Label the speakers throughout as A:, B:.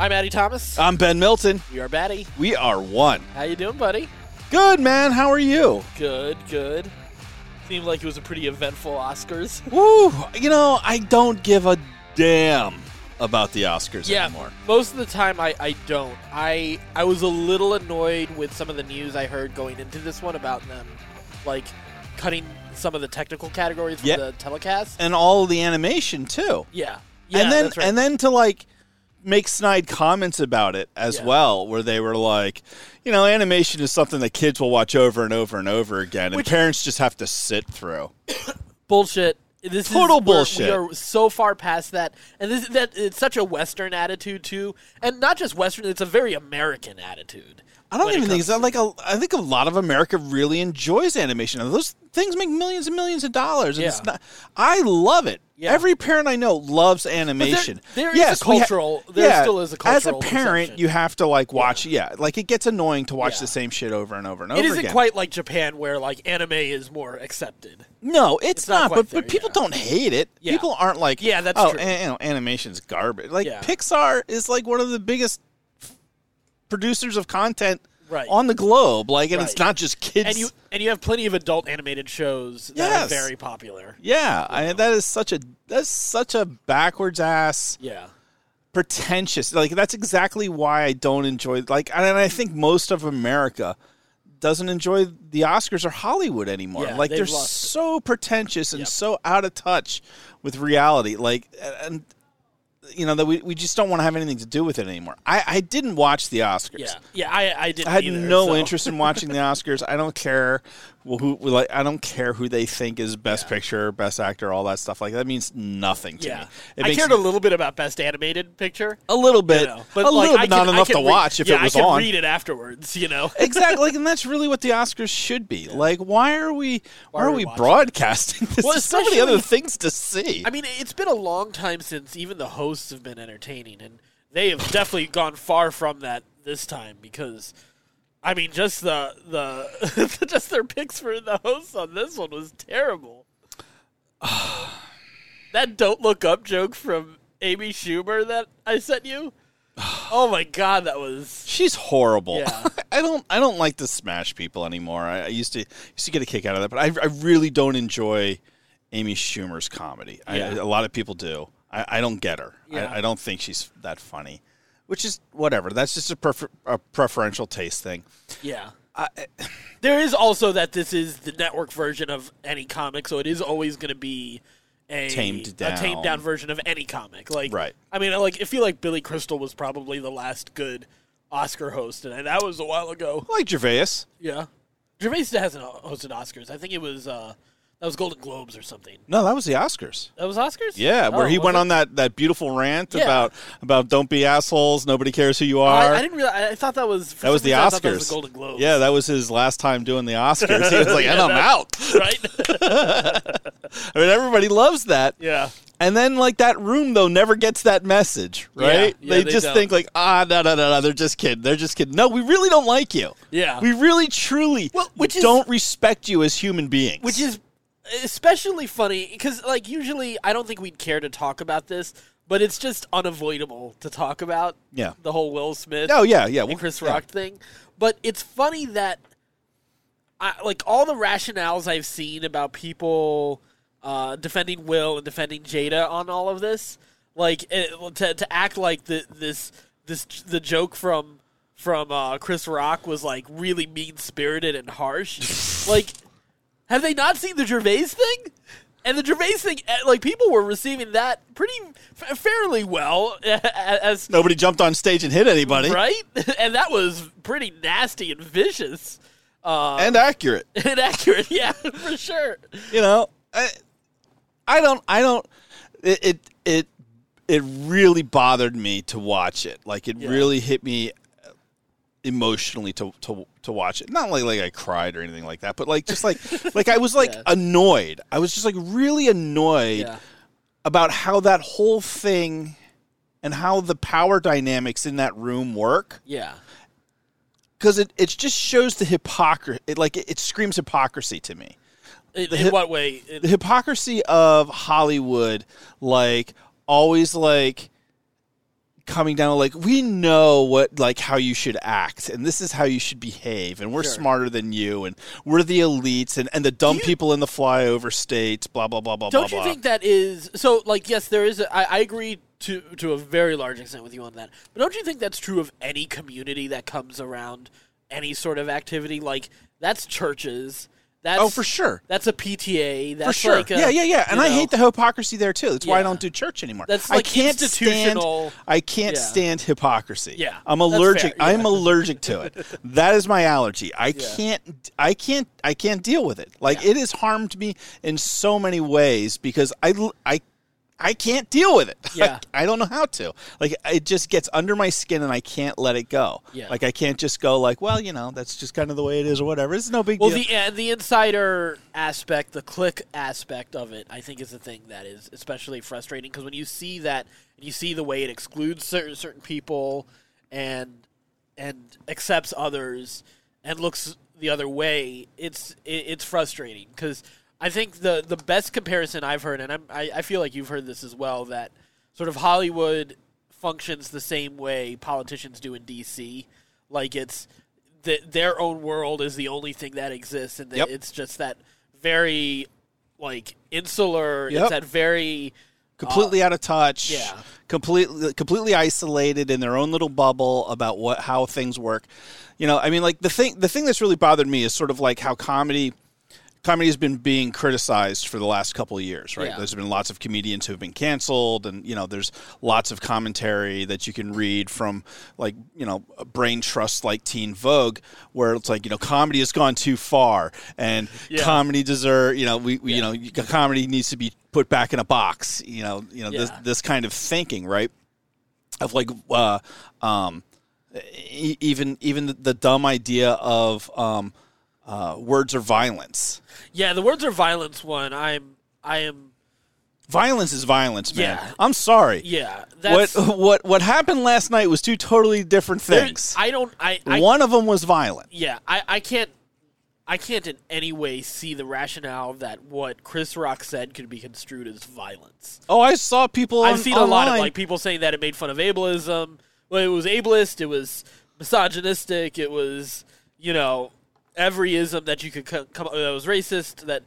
A: Maddie Thomas.
B: I'm Ben Milton.
A: you are Maddie.
B: We are one.
A: How you doing, buddy?
B: Good, man. How are you?
A: Good, good. Seemed like it was a pretty eventful Oscars.
B: Woo. You know, I don't give a damn about the Oscars
A: yeah,
B: anymore.
A: most of the time I, I don't. I I was a little annoyed with some of the news I heard going into this one about them, like cutting some of the technical categories from
B: Yeah.
A: the telecast.
B: And all the animation, too.
A: yeah, yeah,
B: and then
A: that's right.
B: and then to like make snide comments about it as
A: Yeah.
B: well where they were like you know animation is something that kids will watch over and over and over again and
A: Which-
B: parents just have to sit through
A: bullshit. This
B: Total
A: is where
B: bullshit.
A: We are so far past that, and this that it's such a Western attitude too, and not just Western. It's a very American attitude.
B: i don't
A: when it
B: even think
A: comes
B: it's like a, i think a lot of america really enjoys animation and those things make millions and millions of dollars and it's
A: Yeah.
B: not i love it
A: Yeah.
B: Every parent I know loves animation.
A: there is a
B: yes, we ha-
A: cultural- there
B: yeah,
A: still is a
B: As a
A: cultural
B: parent,
A: perception.
B: you have to like watch. Yeah, like it gets annoying to watch
A: Yeah.
B: the same shit over and over and
A: It
B: over
A: isn't
B: again.
A: quite like Japan, where like anime is more accepted.
B: No, it's,
A: It's
B: not.
A: not
B: but
A: quite there,
B: but people
A: yeah.
B: don't hate it.
A: Yeah.
B: People aren't like,
A: Yeah, that's
B: oh,
A: true.
B: an- you know, animation's garbage. Like
A: Yeah.
B: Pixar is like one of the biggest f- producers of content
A: Right.
B: on the globe. Like, and it's
A: Right.
B: not just kids.
A: And you and you have plenty of adult animated shows that
B: Yes.
A: are very popular.
B: yeah, I, that is such a that's such a backwards ass
A: Yeah,
B: pretentious. Like that's exactly why I don't enjoy. Like, and I think most of America doesn't enjoy the Oscars or Hollywood anymore.
A: Yeah,
B: like
A: they've
B: they're
A: lost it.
B: so pretentious and
A: Yep.
B: so out of touch with reality. Like, and you know that we, we just don't want to have anything to do with it anymore. I, I didn't watch the Oscars.
A: yeah, yeah. I I didn't.
B: I had
A: either,
B: no
A: so-
B: interest in watching the Oscars. I don't care who, who like I don't care who they think is best picture, best actor, all that stuff. Like that means nothing to
A: Yeah,
B: me. It
A: I
B: makes
A: cared a little bit about Best Animated Picture.
B: a little
A: you
B: bit,
A: know, like,
B: a little
A: I
B: bit, not
A: can- I
B: enough
A: can
B: to
A: read-
B: watch if
A: yeah,
B: it was
A: I can
B: on.
A: read it afterwards. You know,
B: exactly, like, and that's really what the Oscars should be. Like, why are we why,
A: are
B: are
A: we
B: we,
A: watching?
B: broadcasting this?
A: Well,
B: There's so many other
A: especially-
B: things to see.
A: I mean, it's been a long time since even the hosts have been entertaining, and they have definitely gone far from that this time because, I mean, just the the just their picks for the hosts on this one was terrible. that don't look up joke from Amy Schumer that I sent you. oh my god, that was
B: She's horrible.
A: Yeah.
B: I don't I don't like to smash people anymore. I, I used to used to get a kick out of that, but I, I really don't enjoy Amy Schumer's comedy. I-
A: Yeah.
B: I, a lot of people do. I, I don't get her.
A: Yeah.
B: I, I don't think she's that funny, which is whatever. That's just a, prefer, a preferential taste thing.
A: yeah. there is also that this is the network version of any comic, so it is always going to be a
B: Tamed
A: a
B: down.
A: tamed down version of any comic. Like,
B: Right.
A: I mean, I like I feel like Billy Crystal was probably the last good Oscar host, and that was a while ago.
B: I like Gervais.
A: Yeah, Gervais hasn't hosted Oscars. I think it was uh, that was Golden Globes or something.
B: No, that was the Oscars.
A: That was Oscars.
B: Yeah, where
A: Oh,
B: he
A: was
B: went
A: it?
B: on that, that beautiful rant
A: Yeah.
B: about about don't be assholes, nobody cares who you are.
A: I, I didn't realize. I thought that was for
B: that was
A: some
B: the
A: reason I thought
B: Oscars.
A: That was the Golden Globes.
B: Yeah, that was his last time doing the Oscars. He was like, and I'm out.
A: right.
B: I mean, everybody loves that.
A: yeah.
B: And then, like, that room, though, never gets that message, right?
A: Yeah, yeah,
B: they,
A: they
B: just
A: don't.
B: think, like, ah, no, no, no, no, they're just kidding. They're just kidding. No, we really don't like you.
A: Yeah.
B: We really, truly
A: Well, which is-
B: don't respect you as human beings.
A: which is especially funny because like usually i don't think we'd care to talk about this but it's just unavoidable to talk about
B: Yeah.
A: the whole will smith
B: Oh, yeah, yeah.
A: and chris
B: yeah.
A: rock thing but it's funny that I, like all the rationales i've seen about people uh, defending will and defending jada on all of this like it, to, to act like the, this this the joke from from uh, chris rock was like really mean spirited and harsh like have they not seen the Gervais thing? And the Gervais thing, eh, like people were receiving that pretty f- fairly well, eh, as
B: Nobody jumped on stage and hit anybody.
A: right, and that was pretty nasty and vicious uh,
B: And accurate.
A: and accurate, yeah, for sure.
B: you know i i don't i don't it it it, it really bothered me to watch it like it
A: Yeah.
B: really hit me emotionally to, to to watch it not like like i cried or anything like that but like just like like i was like
A: Yeah.
B: annoyed i was just like really annoyed
A: Yeah,
B: about how that whole thing and how the power dynamics in that room work
A: yeah,
B: because it, it just shows the hypocrisy it, like it, it screams hypocrisy to me
A: in, in
B: hip-
A: what way? In-
B: the hypocrisy of Hollywood, like always like coming down like we know what like how you should act and this is how you should behave and we're
A: Sure.
B: smarter than you and we're the elites and, and the dumb people in the flyover states blah blah blah blah
A: Don't
B: blah
A: you
B: blah
A: think that is so? Like, yes, there is. A, I, I agree to to a very large extent with you on that. But don't you think that's true of any community that comes around any sort of activity? Like, that's churches. That's
B: oh for sure
A: That's a PTA. That's
B: for sure
A: Like a,
B: yeah yeah yeah and
A: you
B: i
A: know,
B: hate the hypocrisy there too that's why i
A: Yeah.
B: don't do church anymore
A: That's
B: i
A: like
B: can't
A: institutional-
B: stand i can't
A: Yeah.
B: stand hypocrisy
A: Yeah,
B: i'm
A: that's fair,
B: allergic
A: yeah.
B: i'm allergic to it that is my allergy i can't i can't i can't deal with it like it has harmed me in so many ways because i l- i I can't deal with it.
A: Yeah.
B: I, don't know how to. Like it just gets under my skin and I can't let it go.
A: Yeah.
B: Like I can't just go like, well, you know, that's just kind of the way it is or whatever. It's no big
A: Well,
B: deal.
A: the and the insider aspect, the click aspect of it, I think is the thing that is especially frustrating because when you see that and you see the way it excludes certain certain people and and accepts others and looks the other way, it's it, it's frustrating because I think the the best comparison I've heard, and I'm, I I feel like you've heard this as well, that sort of Hollywood functions the same way politicians do in D.C. Like it's th- their own world is the only thing that exists, and that
B: Yep.
A: it's just that very like insular.
B: Yep.
A: It's that very
B: completely out of touch.
A: Uh, yeah.
B: Completely, completely isolated in their own little bubble about what how things work. You know, I mean, like the thing, the thing that's really bothered me is sort of like how comedy, comedy has been being criticized for the last couple of years, right?
A: Yeah.
B: There's been lots of comedians who have been canceled, and you know, there's lots of commentary that you can read from like you know, a brain trust like Teen Vogue, where it's like you know, comedy has gone too far, and
A: Yeah.
B: comedy deserve you know, we, we you know, you- comedy needs to be put back in a box, you know, you know know,
A: Yeah.
B: this this kind of thinking, right? Of like, uh, um, e- even even the, the dumb idea of um, uh, words are violence.
A: yeah. The words are violence. One, I'm I am
B: Violence is violence, man.
A: Yeah.
B: I'm sorry.
A: yeah.
B: What
A: That's
B: what what happened last night was two totally different
A: there-
B: things.
A: I don't I I
B: One of them was violent.
A: yeah, I, I can't I can't in any way see the rationale that what Chris Rock said could be construed as violence.
B: Oh, I saw people. on-
A: I've seen a lot of
B: online-
A: like people saying that it made fun of ableism. Well, it was ableist, it was misogynistic, it was you know every ism that you could co- come up that was racist that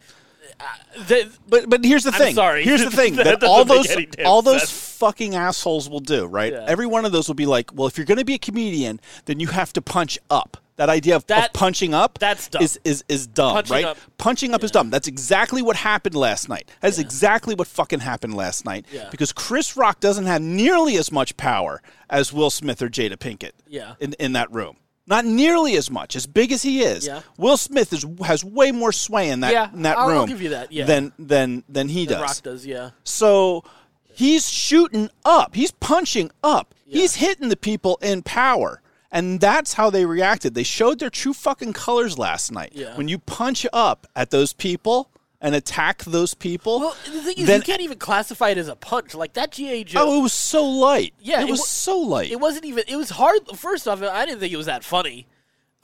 A: uh, that
B: But but here's the
A: I'm
B: thing.
A: sorry.
B: Here's the thing
A: That
B: that,
A: doesn't
B: all
A: make
B: those
A: any damn
B: all those
A: sense.
B: fucking assholes will do, right?
A: Yeah.
B: Every one of those will be like, well, if you're going to be a comedian, then you have to punch up. That idea of,
A: That-
B: of punching up
A: that's dumb.
B: is is is dumb,
A: Punching
B: right?
A: up-
B: Punching up is dumb. That's exactly what happened last night. That's exactly what fucking happened last night
A: Yeah.
B: because Chris Rock doesn't have nearly as much power as Will Smith or Jada Pinkett
A: Yeah.
B: in in that room. Not nearly as much, as big as he is.
A: Yeah.
B: Will Smith is, has way more sway in that
A: Yeah,
B: in that
A: I'll- I'll
B: room
A: give you that, yeah.
B: than than than he does.
A: Rock does yeah
B: So he's shooting up. He's punching up. He's hitting the people in power. And that's how they reacted. They showed their true fucking colors last night.
A: Yeah.
B: When you punch up at those people and attack those people,
A: well the thing is
B: then
A: you can't even classify it as a punch like that GA Joe
B: oh, it was so light.
A: Yeah,
B: it,
A: it
B: was
A: wa-
B: so light.
A: it
B: It,
A: wasn't even it was hard first off I didn't think it was that funny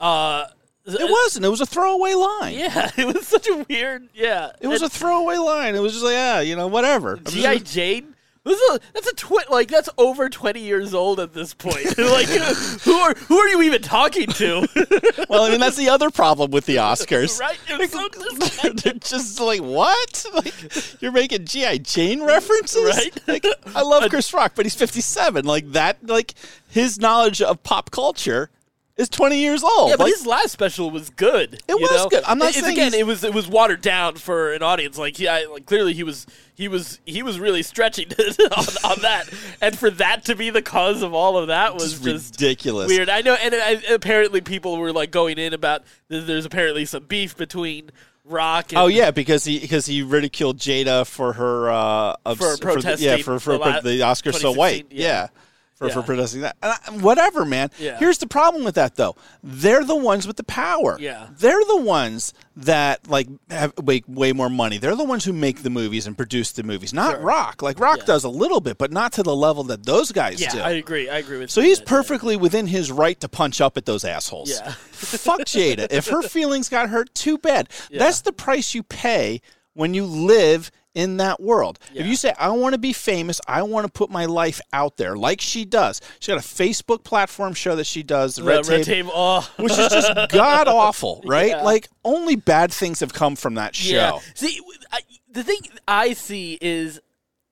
A: uh it
B: wasn't. It was a throwaway line.
A: yeah it was such a weird yeah
B: It was a throwaway line. It was just like, yeah, you know, whatever. I'm just
A: GI Jane. This is a, that's a twi- like that's over twenty years old at this point. like who are who are you even talking to?
B: well, I mean, that's the other problem with the Oscars.
A: right? You're so disconnected,
B: They're just like, what? Like, you're making G.I. Jane references?
A: Right?
B: Like, I love Chris Rock, but he's 57. Like, that, like, his knowledge of pop culture is 20 years old.
A: Yeah, but
B: like,
A: his last special was good. It
B: was good. I'm not
A: it's,
B: saying
A: again
B: he's-
A: it was it was watered down for an audience. Like yeah, I- like clearly he was he was he was really stretching on, on that, and for that to be the cause of all of that was
B: just
A: just
B: ridiculous.
A: Weird. I know, and I, apparently people were like going in about th- there's apparently some beef between Rock. And,
B: Oh yeah, because he because he ridiculed Jada for her uh, obs-
A: For
B: the- yeah
A: protesting
B: for
A: the
B: for,
A: la-
B: the Oscar so
A: 2016,
B: white yeah,
A: yeah.
B: for for
A: Yeah.
B: protesting that and I, whatever man.
A: Yeah.
B: Here's the problem with that though: they're the ones with the power.
A: Yeah.
B: they're the ones that like have make way more money. They're the ones who make the movies and produce the movies. Not Rock, like Rock does a little bit, but not to the level that those guys
A: Yeah,
B: do.
A: I agree. I agree with.
B: So
A: you
B: he's
A: that-
B: perfectly within his right to punch up at those assholes.
A: Yeah.
B: Fuck Jada. If her feelings got hurt, too bad. That's the price you pay when you live in that world. If
A: Yeah.
B: you say, I want to be famous, I want to put my life out there, like she does. She's got a Facebook platform show that she does, the Red,
A: The red
B: Tape,
A: table. Oh.
B: which is just god awful, right?
A: Yeah.
B: Like, only bad things have come from that show.
A: Yeah. See, I, the thing I see is,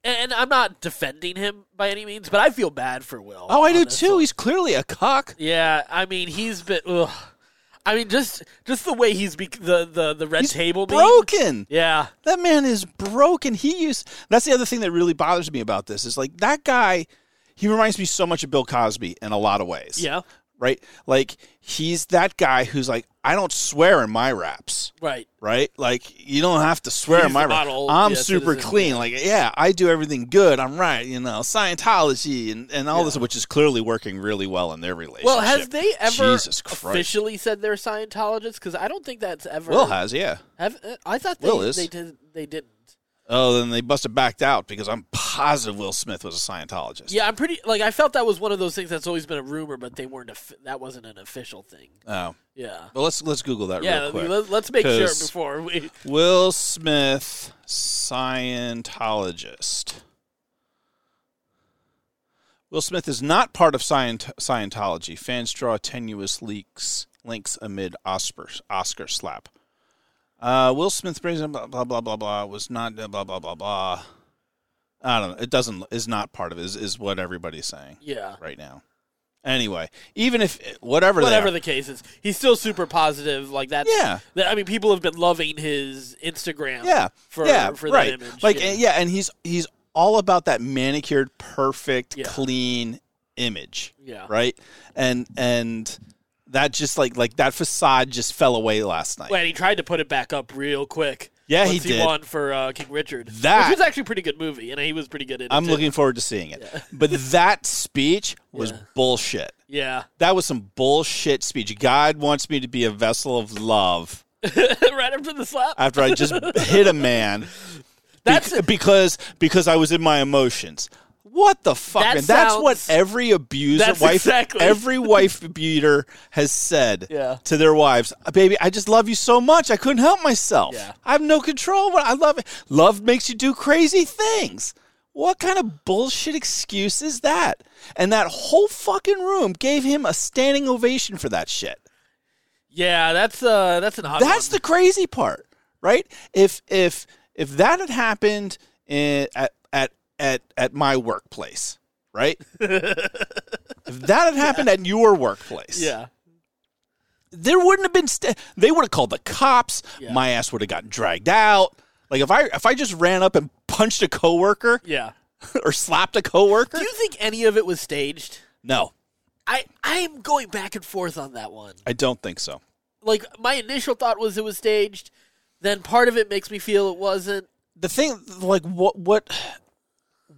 A: and I'm not defending him by any means, but I feel bad for Will.
B: Oh, I do
A: on this
B: too.
A: one.
B: He's clearly a cock.
A: Yeah, I mean, he's been. Ugh. I mean, just just the way he's bec the the the red
B: He's
A: table meme.
B: broken.
A: Yeah,
B: That man is broken. He used. That's the other thing that really bothers me about this is like that guy. He reminds me so much of Bill Cosby in a lot of ways.
A: yeah,
B: Right. Like he's that guy who's like, I don't swear in my raps.
A: right.
B: Right. Like you don't have to swear in
A: He's
B: my
A: the
B: raps.
A: model,
B: I'm
A: yeah,
B: super
A: citizen,
B: clean. Like yeah, I do everything good. I'm right. You know, Scientology and and all this, which is clearly working really well in their relationship.
A: Well, has they ever
B: Jesus Christ.
A: officially said they're Scientologists? Because I don't think that's ever.
B: Will has yeah.
A: Have, uh, I thought they,
B: Will is.
A: they did. They didn't.
B: Oh, then they must have backed out because I'm positive Will Smith was a Scientologist.
A: Yeah, I'm pretty. Like, I felt that was one of those things that's always been a rumor, but they weren't. Af- that wasn't an official thing.
B: Oh.
A: Yeah.
B: Well, let's let's Google that
A: Yeah,
B: real quick.
A: let, us make sure
B: 'Cause-
A: before we.
B: Will Smith, Scientologist. Will Smith is not part of Scient- Scientology. Fans draw tenuous leaks links amid Oscar Oscar slap. Uh, Will Smith blah blah blah blah blah was not blah blah blah blah. I don't know. It doesn't is not part of it, is is what everybody's saying
A: Yeah.
B: right now. Anyway, even if whatever, they are,
A: Whatever the case is, he's still super positive. Like that's
B: Yeah.
A: that- I mean, people have been loving his Instagram.
B: Yeah.
A: For
B: yeah,
A: for
B: right.
A: that image.
B: Like
A: yeah.
B: and- yeah. and he's he's all about that manicured, perfect,
A: Yeah.
B: clean image.
A: Yeah.
B: Right? And and that just like like that facade just fell away last night.
A: Well, and he tried to put it back up real quick.
B: Yeah, he
A: once
B: did.
A: won for uh, King Richard,
B: That-
A: which was actually a pretty good movie, and he was pretty good in it.
B: I'm
A: too.
B: looking forward to seeing it. But that speech was bullshit.
A: Yeah.
B: That was some bullshit speech. God wants me to be a vessel of love
A: right after the slap.
B: after I just hit a man.
A: That's
B: Bec- because because I was in my emotions. What the fuck?
A: That
B: and that's what
A: sounds-
B: every abuser
A: That's
B: wife
A: exactly-
B: every wife beater has said
A: Yeah.
B: to their wives. "Uh, Baby, I just love you so much. I couldn't help myself.
A: Yeah.
B: I have no control, but I love it. Love makes you do crazy things. What kind of bullshit excuse is that? And that whole fucking room gave him a standing ovation for that shit.
A: yeah. That's uh. That's an odd.
B: That's
A: one.
B: the crazy part, right? If if if that had happened in, at at at at my workplace, right? if that had happened at your workplace,
A: yeah.
B: there wouldn't have been. St- they would have called the cops.
A: Yeah.
B: My ass would have gotten dragged out. Like if I if I just ran up and punched a coworker
A: Yeah.
B: or slapped a coworker,
A: Do you think any of it was staged?
B: no,
A: I I am going back and forth on that one.
B: I don't think so.
A: like my initial thought was it was staged. Then part of it makes me feel it wasn't.
B: The thing, like, what what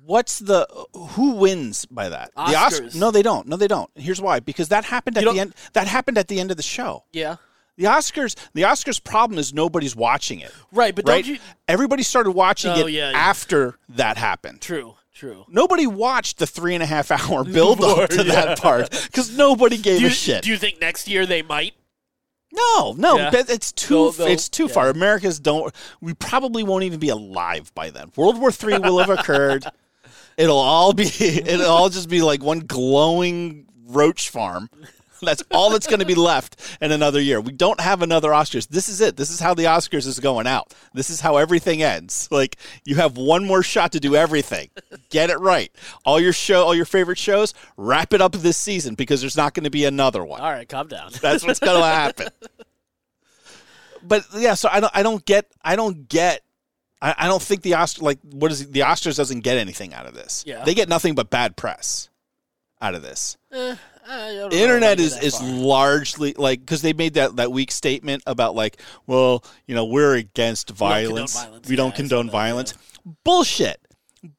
B: what's the who wins by that? The
A: Oscars.
B: Osc- No, they don't. No, they don't. Here's why: because that happened at
A: You
B: the
A: don't-
B: end. That happened at the end of the show.
A: Yeah.
B: The Oscars. The Oscars problem is nobody's watching it.
A: Right, but
B: Right?
A: don't you?
B: Everybody started watching
A: Oh,
B: it
A: yeah, yeah.
B: after that happened.
A: True. True.
B: Nobody watched the three and a half hour build up to that part because nobody gave
A: Do you,
B: a shit.
A: do you think next year they might?
B: no, no,
A: Yeah.
B: that- it's too
A: They'll- they'll-
B: it's too
A: yeah.
B: far. America's don't. We probably won't even be alive by then. World War Three will have occurred. It'll all be. It'll all just be like one glowing roach farm. That's all that's going to be left in another year. We don't have another Oscars. This is it. This is how the Oscars is going out. This is how everything ends. Like you have one more shot to do everything. Get it right. All your show, all your favorite shows, wrap it up this season because there's not going to be another one.
A: All right, calm down.
B: That's what's going to happen. But yeah, so I don't. I don't get. I don't get. I, I don't think the Oscar like what is it? the Oscars doesn't get anything out of this.
A: Yeah.
B: they get nothing but bad press out of this.
A: Eh, I don't know
B: The internet
A: if I
B: is
A: go
B: is
A: that far.
B: largely like because they made that that weak statement about like, well, you know, we're against
A: condone
B: violence.
A: violence.
B: We
A: Yeah, I
B: don't
A: saw
B: condone
A: that,
B: violence. Bullshit.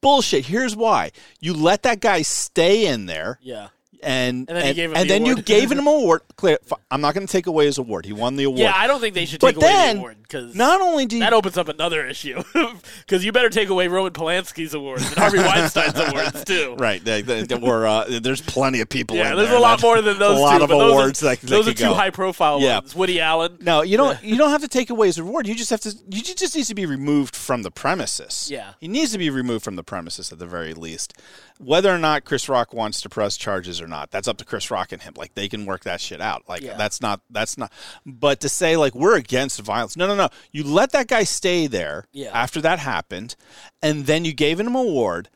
B: Bullshit. Here's why. You let that guy stay in there
A: yeah.
B: and
A: And then you gave him
B: and
A: the
B: then you
A: award.
B: gave him an award. Clear, fi- I'm not going to take away his award. He won the award.
A: Yeah, I don't think they should
B: but
A: take away
B: then
A: the award because
B: not only do you,
A: that opens up another issue because you better take away Roman Polanski's awards and Harvey Weinstein's awards too.
B: right they, they, they were, uh, there's plenty of people.
A: Yeah,
B: in
A: there's
B: there
A: a lot
B: that-
A: more than those.
B: A lot
A: two,
B: of
A: but those
B: awards
A: Are,
B: that, that
A: those are
B: could
A: two
B: go.
A: high-profile
B: Yeah.
A: ones. Woody Allen.
B: No, you don't. You don't have to take away his reward. You just have to. You ju- just needs to be removed from the premises.
A: Yeah.
B: he needs to be removed from the premises at the very least. Whether or not Chris Rock wants to press charges or not, that's up to Chris Rock and him. Like they can work that shit out. Like
A: Yeah.
B: that's not. That's not. But to say like we're against violence. No, no, no. You let that guy stay there.
A: Yeah.
B: After that happened, and then you gave him an award.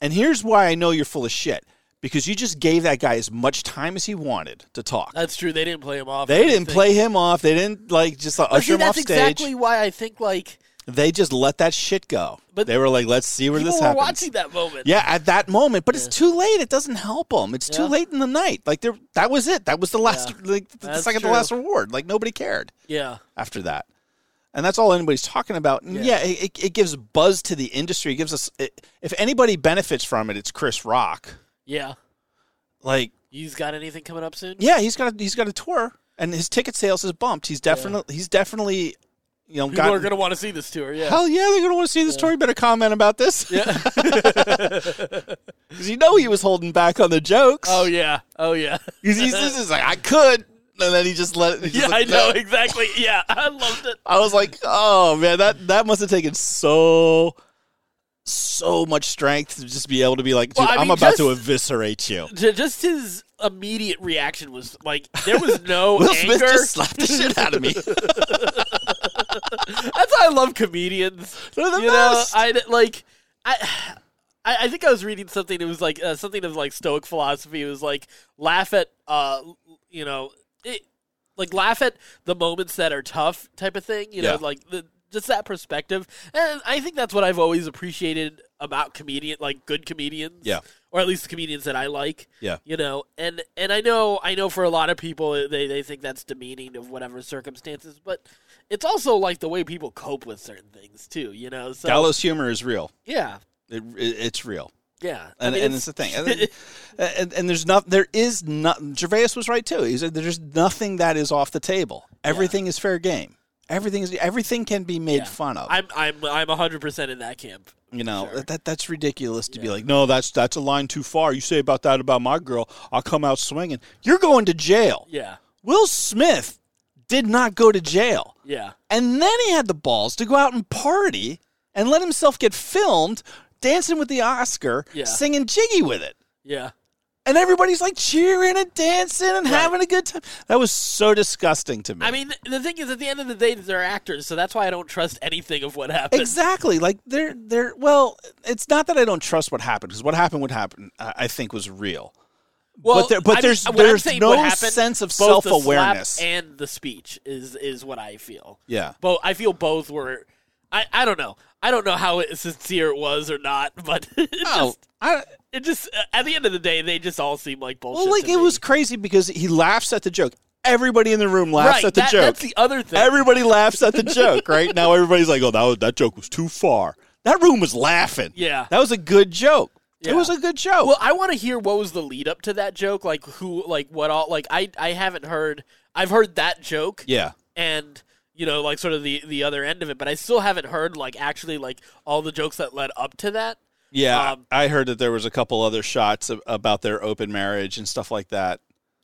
B: And here's why I know you're full of shit because you just gave that guy as much time as he wanted to talk.
A: That's true. They didn't play him off.
B: They didn't play him off. They didn't like just like, usher
A: See,
B: him off
A: that's
B: stage.
A: exactly why I think like
B: They just let that shit go.
A: But
B: they were like, "Let's see where
A: people
B: this
A: were
B: happens."
A: watching that moment.
B: Yeah, at that moment, but it's too late. It doesn't help them. It's too
A: Yeah.
B: late in the night. Like there, that was it. That was the last, like the
A: That's
B: second
A: true.
B: to last reward. Like nobody cared
A: yeah.
B: after that, and that's all anybody's talking about. And yeah, it, it, it gives buzz to the industry. It gives us, it, if anybody benefits from it, it's Chris Rock.
A: Yeah.
B: Like
A: You's got anything coming up soon?
B: Yeah, he's got a, he's got a tour, and his ticket sales has bumped. He's definitely he's definitely you know
A: People
B: got
A: are gonna want to see this tour. Yeah.
B: hell Oh, yeah they're gonna want to see this tour. You better comment about this
A: yeah.
B: because you know he was holding back on the jokes.
A: oh yeah. Oh yeah.
B: 'Cause he's, he's just like I could, and then he just let it. he
A: Yeah,
B: just
A: I
B: let-
A: know exactly. Yeah, I loved it.
B: I was like, oh man, that that must have taken so so much strength to just be able to be like, dude,
A: Well, I
B: I'm
A: mean,
B: about to
A: just-
B: eviscerate you.
A: J- Just his immediate reaction was like there was no
B: Will
A: anger.
B: Smith just slapped the shit out of me.
A: That's why I love comedians.
B: They're the
A: you
B: best.
A: know, I d- like I. I I think I was reading something. It was like uh, something of like Stoic philosophy. It was like laugh at, uh, you know, it, like laugh at the moments that are tough, type of thing. You
B: Yeah.
A: know, like the, just that perspective. And I think that's what I've always appreciated about comedian, like good comedians.
B: Yeah.
A: or at least the comedians that I like.
B: Yeah.
A: you know, and and I know I know for a lot of people uh, they they think that's demeaning of whatever circumstances, but it's also like the way people cope with certain things too. You know, so
B: Gallows humor is real.
A: yeah,
B: It, it, it's real.
A: yeah, I
B: and,
A: mean,
B: and it's, the thing, and, and, and there's not, there is not. Gervais was right too. He said there's nothing that is off the table. Everything is fair game. Everything is everything can be made fun of.
A: I'm I'm I'm hundred percent in that camp.
B: you know that that's ridiculous to be like, no, that's that's a line too far. You say about that about my girl, I'll come out swinging. You're going to jail.
A: Yeah,
B: Will Smith did not go to jail,
A: yeah,
B: and then he had the balls to go out and party and let himself get filmed dancing with the Oscar,
A: Yeah.
B: singing jiggy with it.
A: yeah.
B: and everybody's like cheering and dancing and
A: Right.
B: having a good time. That was so disgusting to me.
A: I mean, the thing is, at the end of the day, they're actors, so that's why I don't trust anything of what happened.
B: exactly. Like they're they're well, it's not that I don't trust what happened because what happened would happen. I, I think was real.
A: Well,
B: but there- but
A: I mean,
B: there's-
A: what I'm
B: there's
A: saying,
B: no
A: what happened,
B: sense of
A: both the slap
B: self-awareness.
A: and the speech is is what I feel.
B: Yeah.
A: both I feel both were. I I don't know. I don't know how sincere it was or not, but it
B: Oh,
A: just
B: I,
A: it just uh, at the end of the day, they just all seem like bullshit.
B: well, like
A: to
B: it
A: me.
B: was crazy because he laughs at the joke. Everybody in the room
A: right.
B: laughs at the
A: that-
B: joke.
A: That's the other thing.
B: Everybody laughs at the joke. Right now, everybody's like, "Oh, that was, that joke was too far." That room was laughing.
A: Yeah.
B: that was a good joke.
A: Yeah.
B: It was a good joke.
A: Well, I want to hear what was the lead up to that joke, like who, like what all, like I, I haven't heard. I've heard that joke,
B: yeah.
A: and you know, like sort of the the other end of it, but I still haven't heard like actually like all the jokes that led up to that.
B: Yeah,
A: Um,
B: I heard that there was a couple other shots ab- about their open marriage and stuff like that.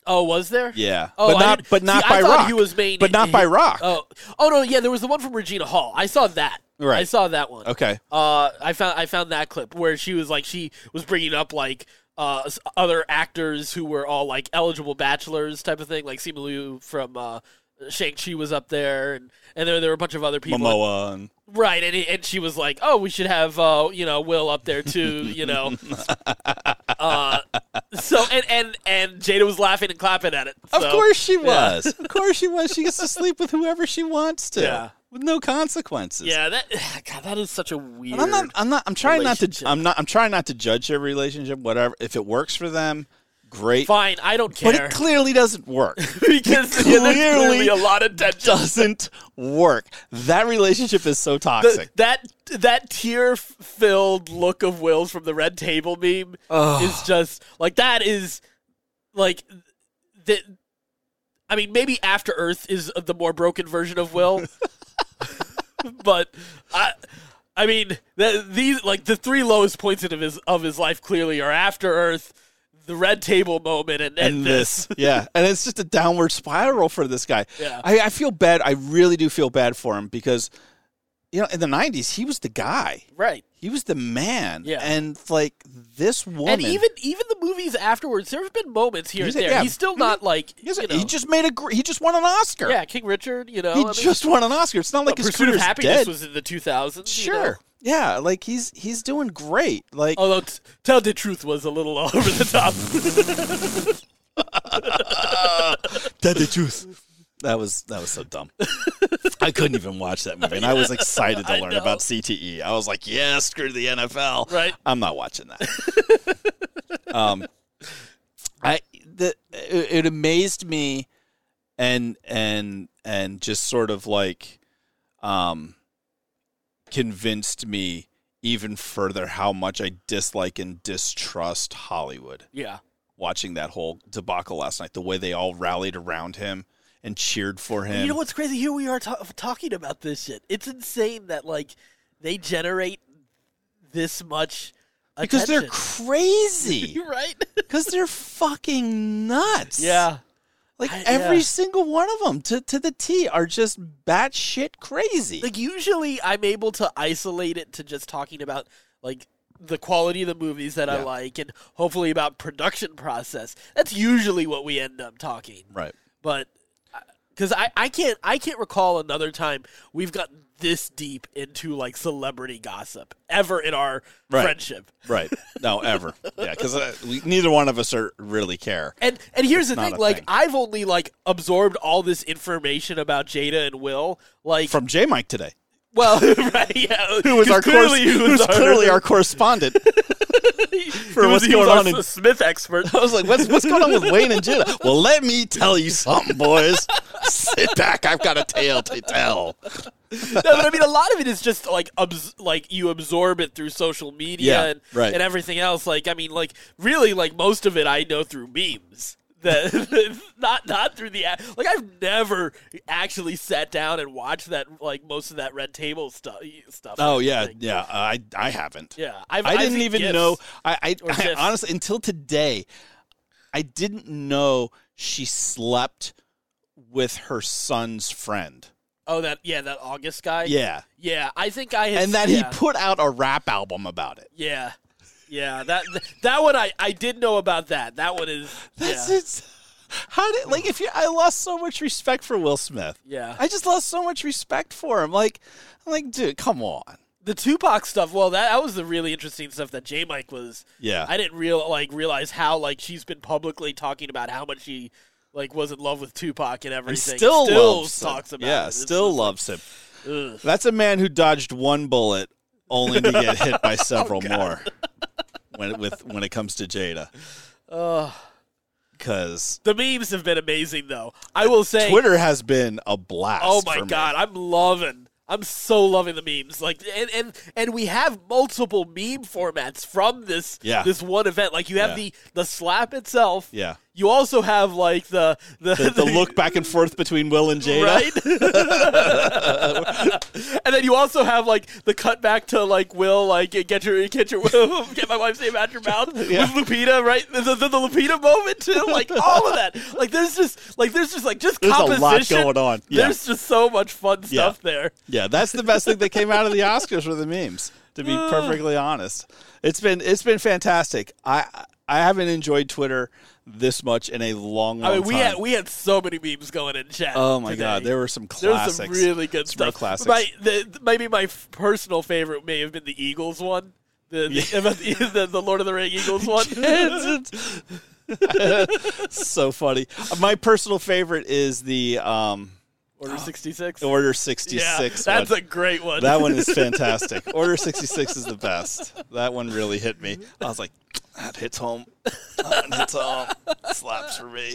A: Oh, was there?
B: Yeah,
A: Oh,
B: but
A: I
B: not
A: didn't-
B: but not
A: see,
B: by
A: I thought
B: Rock.
A: He was main,
B: but not by Rock.
A: Oh, oh no, yeah, there was the one from Regina Hall. I saw that.
B: Right.
A: I saw that one.
B: Okay,
A: Uh, I found I found that clip where she was like she was bringing up like uh s- other actors who were all like eligible bachelors type of thing. Like Simu Liu from uh, Shang Chi was up there, and and there there were a bunch of other people.
B: Momoa and
A: Right, and, he- and she was like, "Oh, we should have uh, you know Will up there too, you know." uh, so and and and Jada was laughing and clapping at it.
B: of
A: so-
B: course she was. of course she was. She gets to sleep with whoever she wants to,
A: Yeah.
B: with no consequences.
A: Yeah, that God, that is such a weird.
B: And I'm not. I'm not. I'm trying not to.
A: relationship.
B: I'm not. I'm trying not to judge their relationship. Whatever. If it works for them, great.
A: Fine, I don't
B: but
A: care
B: it clearly doesn't work.
A: because yeah, there's
B: clearly
A: clearly a lot of tension.
B: doesn't work. That relationship is so
A: The-
B: toxic.
A: that that tear filled look of Will's from the Red Table meme is just like that is like the I mean, maybe After Earth is the more broken version of Will, but I. I mean, the, these like the three lowest points of his of his life clearly are After Earth, the Red Table moment, and, and,
B: and this. yeah. And it's just a downward spiral for this guy.
A: Yeah.
B: I, I feel bad. I really do feel bad for him because, you know, in the 90s, he was the guy.
A: right.
B: He was the man.
A: Yeah.
B: And, like, this woman.
A: And even even the movies afterwards, there have been moments here
B: He's
A: and
B: a-
A: there.
B: yeah.
A: He's still not like
B: He has a-
A: you know,
B: He just made a. gr- He just won an Oscar.
A: yeah, King Richard. You know,
B: He
A: I mean,
B: just won an Oscar. It's not like his
A: Pursuit of
B: career's
A: Happiness
B: dead.
A: was in the 2000s. you know?
B: sure. Yeah. Like he's he's doing great. Like
A: Although t- Tell the Truth was a little all over the top.
B: Dead the truth. That was that was so dumb. I couldn't even watch that movie, and I was excited to
A: I
B: learn
A: know.
B: about CTE. I was like, "Yeah, screw the NFL.
A: Right.
B: I'm not watching that." um, I the it, it amazed me, and and and just sort of like, um, convinced me even further how much I dislike and distrust Hollywood
A: yeah.
B: watching that whole debacle last night. The way they all rallied around him and cheered for him.
A: You know what's crazy? Here we are ta- talking about this shit. It's insane that like they generate this much
B: because they're
A: attention.
B: crazy.
A: You're right.
B: Because they're fucking nuts.
A: yeah.
B: Like
A: I-
B: every
A: yeah.
B: single one of them to, to the T are just batshit crazy.
A: Like usually I'm able to isolate it to just talking about like the quality of the movies that I
B: Yeah.
A: like and hopefully about production process. That's usually what we end up talking.
B: right.
A: But because I, I can't I can't recall another time we've gotten this deep into like celebrity gossip ever in our
B: Right.
A: friendship.
B: Right. No, ever. yeah. Because neither one of us are really care.
A: And and here's the
B: not
A: thing,
B: a
A: like
B: thing.
A: I've only like absorbed all this information about Jada and Will, like
B: From J Mike today,
A: well, right, yeah,
B: who was
A: 'cause
B: our
A: clearly
B: corres-
A: who
B: who's
A: was our,
B: clearly our correspondent.
A: he was-
B: what's
A: he was
B: going
A: our
B: on in-
A: S- Smith expert.
B: I was like, what's, what's going on with Wayne and Jenna? Well, let me tell you something, boys. Sit back. I've got a tale to tell.
A: no, but I mean, a lot of it is just like abs- like you absorb it through social media
B: Yeah,
A: and,
B: right.
A: and everything else. Like, I mean, like really, like most of it I know through memes. That not not through the a- like I've never actually sat down and watched that like most of that red table stuff stuff.
B: Oh, yeah.
A: Like,
B: Yeah. I, I haven't.
A: yeah. I've,
B: I
A: I've
B: didn't
A: seen
B: even
A: gifs.
B: know. I,
A: Or
B: I, I
A: GIFs.
B: honestly, until today, I didn't know she slept with her son's friend.
A: Oh, that yeah, that August guy.
B: Yeah.
A: yeah. I think I had,
B: And that
A: yeah,
B: he put out a rap album about it.
A: yeah, yeah. That that one I I did know about that. That one is
B: That's
A: yeah.
B: it's how did like if you I lost so much respect for Will Smith.
A: Yeah.
B: I just lost so much respect for him. Like I'm like, dude, come on.
A: the Tupac stuff. Well, that that was the really interesting stuff that J Mike was.
B: Yeah.
A: I didn't real like realize how like she's been publicly talking about how much she like was in love with Tupac and
B: And
A: everything.
B: still, loves him.
A: talks about
B: Yeah,
A: it. It's
B: still
A: just-
B: loves him.
A: ugh.
B: That's a man who dodged one bullet only to get hit by several
A: Oh,
B: more. When it, with when it comes to Jada,
A: Ugh.
B: because
A: the memes have been amazing though. I will say
B: Twitter has been a blast.
A: Oh my
B: for me.
A: god, I'm loving. I'm so loving the memes. Like and and, and we have multiple meme formats from this
B: Yeah.
A: this one event. Like you have
B: Yeah.
A: the the slap itself.
B: Yeah,
A: You also have like the the,
B: the, the look back and forth between Will and Jada.
A: Right, and then you also have like the cut back to like Will, like get your get your get my wife's name out your mouth
B: Yeah.
A: with Lupita, right? The, the, the Lupita moment too, like all of that. Like there's just like there's just like just
B: There's a lot
A: composition
B: going on. Yeah.
A: There's just so much fun
B: Yeah.
A: stuff there.
B: Yeah, that's the best thing that came out of the Oscars were the memes. To be
A: Ugh.
B: perfectly honest, it's been it's been fantastic. I I haven't enjoyed Twitter this much in a long, long
A: I mean, we
B: time.
A: had we had so many memes going in chat.
B: oh my
A: today.
B: god, there were some
A: There
B: classics.
A: was some really good
B: Some real
A: stuff.
B: classics.
A: My, the, maybe my f- personal favorite may have been the Eagles one. The, the, about the, the, the Lord of the Ring Eagles one.
B: It's- it's so funny. My personal favorite is the um,
A: Order 66.
B: Order
A: Oh. yeah,
B: 66.
A: that's
B: one.
A: a great one.
B: that one is fantastic. Order 66 is the best. That one really hit me. I was like, that hits home. That one hits home. Slaps for me.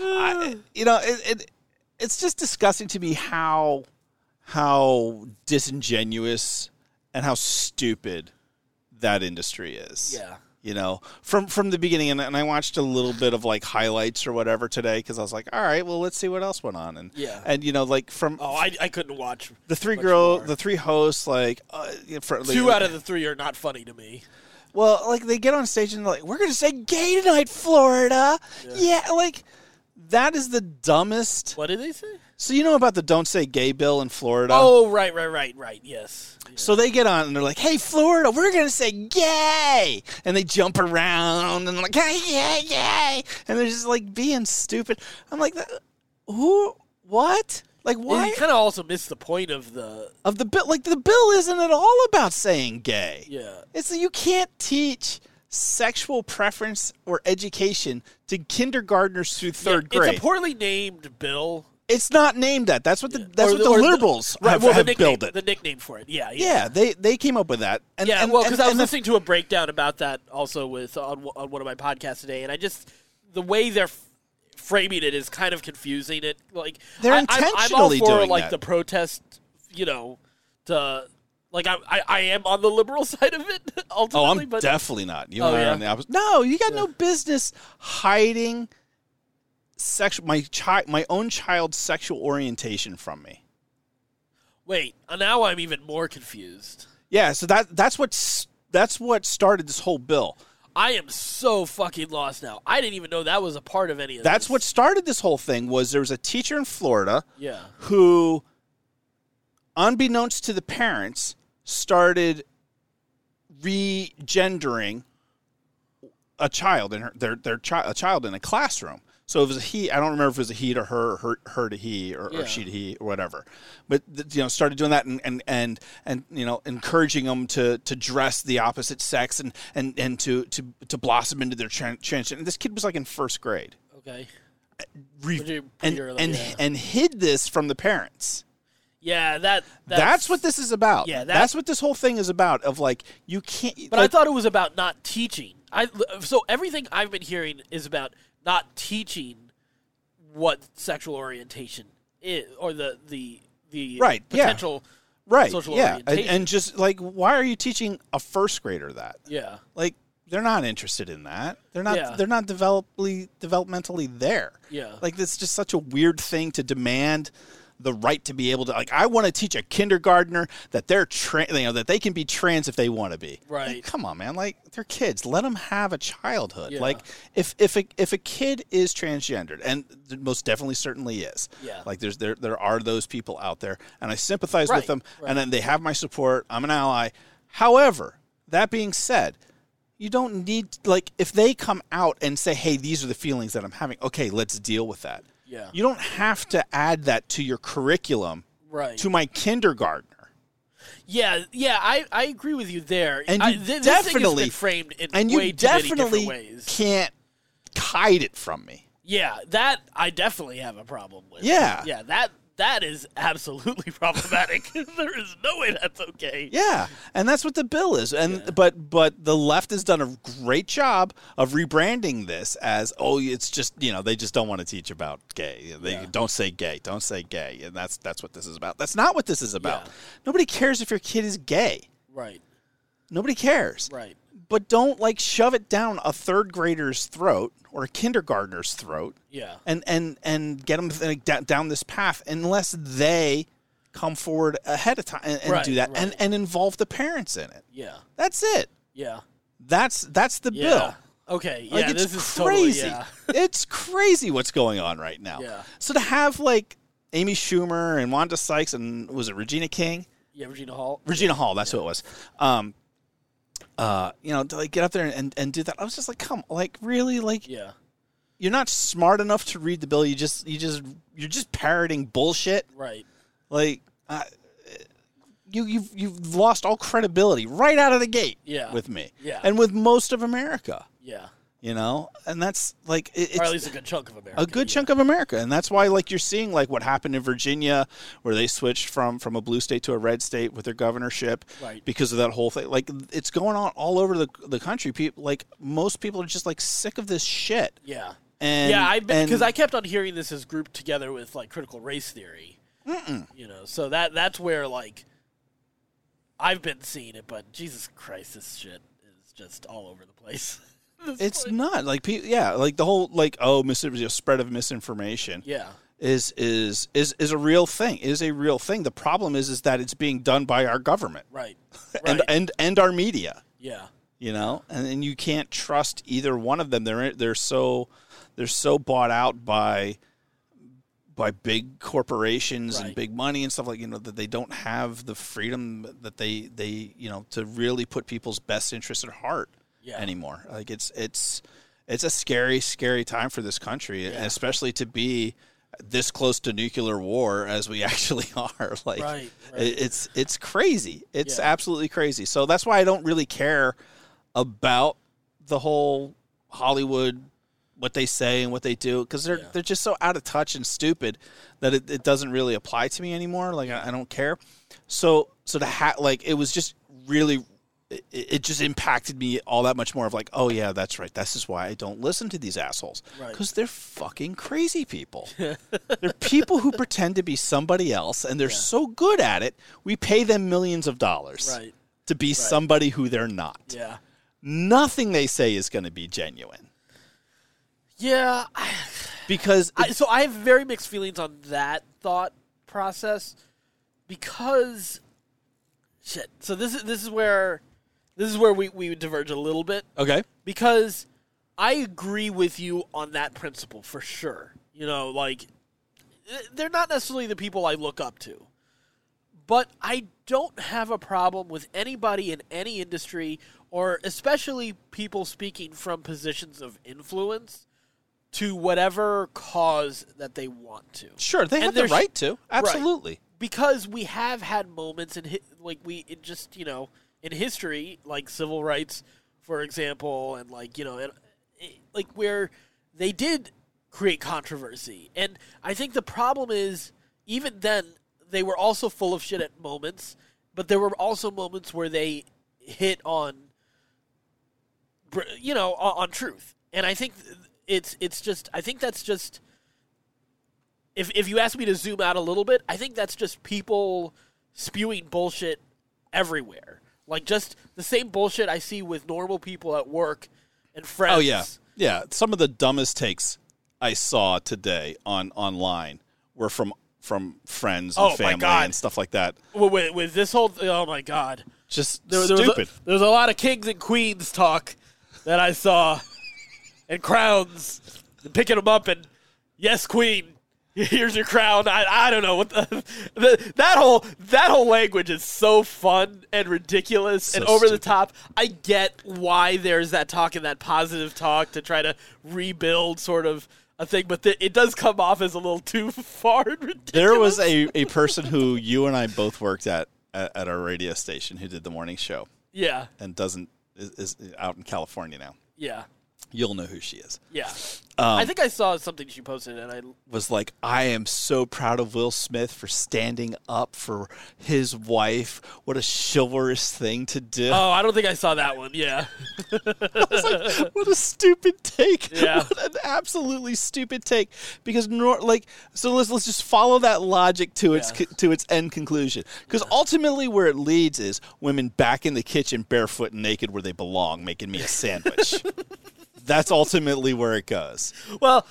B: I, you know, it, it it's just disgusting to me how how disingenuous and how stupid that industry is
A: yeah.
B: you know, from from the beginning. And, and I watched a little bit of like highlights or whatever today because I was like, all right, well, let's see what else went on. And
A: Yeah.
B: and you know, like from
A: Oh, I, I couldn't watch.
B: the three
A: much
B: girl,
A: more.
B: the three hosts, like uh, for,
A: Two out of the three are not funny to me.
B: well, like they get on stage and they're like, we're gonna say gay tonight, Florida. Yeah, like. That is the dumbest.
A: What did they say?
B: So you know about the "Don't Say Gay" bill in Florida?
A: Oh, right, right, right, right. Yes.
B: So they get on and they're like, "Hey, Florida, we're gonna say gay," and they jump around and like, "Hey, yay, yay," and they're just like being stupid. I'm like, "Th- "Who? What? Like,
A: Well,
B: why?"
A: you kind of also missed the point of the
B: of the bill, like the bill isn't at all about saying gay.
A: yeah.
B: It's that you can't teach sexual preference or education to kindergartners through third
A: Yeah,
B: grade.
A: It's a poorly named bill.
B: It's not named that. That's what the that's
A: Or
B: what the
A: or
B: liberals
A: right,
B: have,
A: well,
B: have
A: the nickname,
B: built it.
A: The nickname for it. Yeah. Yeah.
B: yeah, they they came up with that. And,
A: Yeah,
B: and,
A: well, because
B: and-
A: I was
B: and the
A: listening to a breakdown about that also with uh, on, on one of my podcasts today, and I just the way they're f- framing it is kind of confusing. It like
B: They're
A: I, I'm-
B: intentionally
A: I'm all for
B: doing
A: like
B: that.
A: the protest, you know, to like I, I I am on the liberal side of it
B: Oh,
A: ultimately.
B: I'm
A: but
B: definitely not. You
A: Oh,
B: and I are
A: yeah?
B: on the opposite. No, you got no business hiding sexual my child my own child's sexual orientation from me.
A: wait, uh, now I'm even more confused.
B: Yeah, so that that's what's that's what started this whole bill.
A: I am so fucking lost now. I didn't even know that was a part of any of
B: That's
A: this.
B: what started this whole thing was there was a teacher in Florida
A: Yeah.
B: who unbeknownst to the parents started regendering a child in her their their child a child in a classroom. So it was a he. I don't remember if it was a he to her, or her, her to he, or,
A: Yeah.
B: or she to he, or whatever. But th- you know, started doing that and and and, and you know, encouraging them to, to dress the opposite sex and and, and to, to to blossom into their tran- transgender. And this kid was like in first grade,
A: Okay.
B: Re-
A: Pretty- pretty
B: and
A: early,
B: and,
A: yeah.
B: and hid this from the parents.
A: Yeah. That. That's,
B: That's, what this is about.
A: Yeah,
B: Yeah,
A: that's-
B: that's, what this whole thing is about. Of like, you can't.
A: But I thought it was about not teaching. I so everything I've been hearing is about not teaching what sexual orientation is or the the the
B: Right, yeah.
A: potential
B: right,
A: social
B: yeah, and,
A: orientation.
B: and just like, why are you teaching a first grader that?
A: yeah.
B: Like, they're not interested in that. They're not.
A: Yeah.
B: They're not developly developmentally there.
A: Yeah.
B: like that's just such a weird thing to demand. The right to be able to like, I want to teach a kindergartner that they're trans, you know, that they can be trans if they want to be. Like,
A: Right.
B: come on, man. Like they're kids. Let them have a childhood.
A: Yeah.
B: Like if if a, if a kid is transgendered, and th- most definitely certainly is,
A: Yeah.
B: Like there's there there are those people out there, and I sympathize
A: Right,
B: with them,
A: right.
B: and then they have my support. I'm an ally. However, that being said, you don't need like if they come out and say, "Hey, these are the feelings that I'm having." Okay, let's deal with that.
A: Yeah.
B: You don't have to add that to your curriculum
A: Right.
B: to my kindergartner.
A: yeah. Yeah. I, I agree with you there.
B: And
A: I,
B: you
A: thi- this thing has
B: definitely-
A: been framed in
B: and
A: way
B: you
A: too many different
B: definitely
A: ways.
B: can't hide it from me.
A: Yeah. That I definitely have a problem with.
B: Yeah.
A: Yeah. That that is absolutely problematic. there is no way that's okay.
B: Yeah, and that's what the bill is. And but but the left has done a great job of rebranding this as oh, it's just you know they just don't want to teach about gay. They
A: Yeah.
B: don't say gay, don't say gay, and that's that's what this is about. That's not what this is about.
A: Yeah.
B: Nobody cares if your kid is gay.
A: Right.
B: Nobody cares.
A: Right.
B: But don't like shove it down a third grader's throat or a kindergartner's throat.
A: Yeah.
B: and and and get them like, da- down this path unless they come forward ahead of time and, and
A: Right,
B: do that and
A: right.
B: and involve the parents in it.
A: Yeah.
B: That's it.
A: Yeah.
B: That's that's the
A: Yeah.
B: bill.
A: Okay. Yeah.
B: Like it's
A: this is
B: crazy.
A: Totally, yeah.
B: it's crazy what's going on right now.
A: Yeah.
B: So to have like Amy Schumer and Wanda Sykes and was it Regina King?
A: yeah. Regina Hall.
B: Regina Hall, that's who it was. Um uh, you know, to like get up there and, and do that. I was just like, come, like really, like
A: Yeah.
B: you're not smart enough to read the bill. You just, you just, you're just parroting bullshit.
A: Right.
B: Like, uh, you you've you've lost all credibility right out of the gate.
A: Yeah.
B: with me.
A: Yeah.
B: and with most of America,
A: Yeah.
B: you know, and that's like it,
A: Or at
B: it's
A: least a good chunk of America.
B: a good
A: yeah.
B: chunk of America, and that's why like you're seeing like what happened in Virginia, where they switched from from a blue state to a red state with their governorship,
A: Right.
B: Because of that whole thing, like it's going on all over the the country. People like most people are just like sick of this shit.
A: Yeah.
B: And
A: yeah. I because
B: and-
A: I kept on hearing this as grouped together with like critical race theory. You know, so that that's where like I've been seeing it, but Jesus Christ, this shit is just all over the place.
B: It's not like pe- yeah, like the whole like oh, mis- you know, spread of misinformation
A: yeah.
B: is is is is a real thing. Is a real thing. The problem is is that it's being done by our government
A: Right. Right.
B: and and and our media.
A: yeah.
B: You know, and, and you can't trust either one of them. They're they're so they're so bought out by by big corporations
A: Right.
B: and big money and stuff like you know that they don't have the freedom that they they you know to really put people's best interests at heart
A: Yeah.
B: anymore. Like it's it's it's a scary scary time for this country, and especially to be this close to nuclear war as we actually are. Like
A: Right,
B: it-
A: right.
B: it's it's crazy. It's
A: Yeah.
B: absolutely crazy. So that's why I don't really care about the whole Hollywood what they say and what they do because they're
A: Yeah.
B: they're just so out of touch and stupid that it, it doesn't really apply to me anymore. Like I, I don't care. So so the hat like it was just really it, it just impacted me all that much more of like oh yeah that's right this is why I don't listen to these assholes
A: Right.
B: because they're fucking crazy people. they're people who pretend to be somebody else and they're so good at it. We pay them millions of dollars
A: Right.
B: to be somebody who they're not.
A: Yeah.
B: Nothing they say is going to be genuine
A: Yeah. I,
B: because
A: I, so I have very mixed feelings on that thought process because shit. So this is this is where this is where we, we would diverge a little bit
B: okay
A: because I agree with you on that principle for sure. You know, like th- they're not necessarily the people I look up to. But I don't have a problem with anybody in any industry or especially people speaking from positions of influence to whatever cause that they want to
B: Sure, they
A: And
B: have the
A: there's-
B: right to. Absolutely.
A: because we have had moments in hi- like we in just you know in history like civil rights for example and like you know it, it, like where they did create controversy and i think the problem is even then they were also full of shit at moments but there were also moments where they hit on br- you know on, on truth and i think th- it's it's just i think that's just if if you ask me to zoom out a little bit, I think that's just people spewing bullshit everywhere. Like just the same bullshit I see with normal people at work and friends.
B: Oh yeah, yeah. Some of the dumbest takes I saw today on online were from from friends and
A: Oh, my
B: family
A: God.
B: and stuff like that.
A: With, with, with this whole oh my god,
B: Just
A: there, there was
B: stupid.
A: a, there was a lot of kings and queens talk that I saw, and crowns, and picking them up and yes, queen. Here's your crown. I, I don't know what the, the that whole that whole language is so fun and ridiculous and
B: So
A: over the
B: stupid.
A: top. I get why there's that talk and that positive talk to try to rebuild sort of a thing, but th- it does come off as a little too far and ridiculous.
B: there was a, a person who you and I both worked at, at at our radio station who did the morning show
A: yeah,
B: and doesn't is, is out in California now.
A: yeah,
B: You'll know who she is.
A: yeah.
B: Um,
A: I think I saw something she posted, and I
B: was like, I am so proud of Will Smith for standing up for his wife. What a chivalrous thing to do.
A: Oh, I don't think I saw that one. Yeah.
B: It's like, what a stupid take.
A: Yeah.
B: What an absolutely stupid take. Because nor, like so let's let's just follow that logic to its
A: Yeah.
B: co- to its end conclusion. Because ultimately where it leads is women back in the kitchen barefoot and naked where they belong, making me a sandwich. That's ultimately where it goes.
A: Well,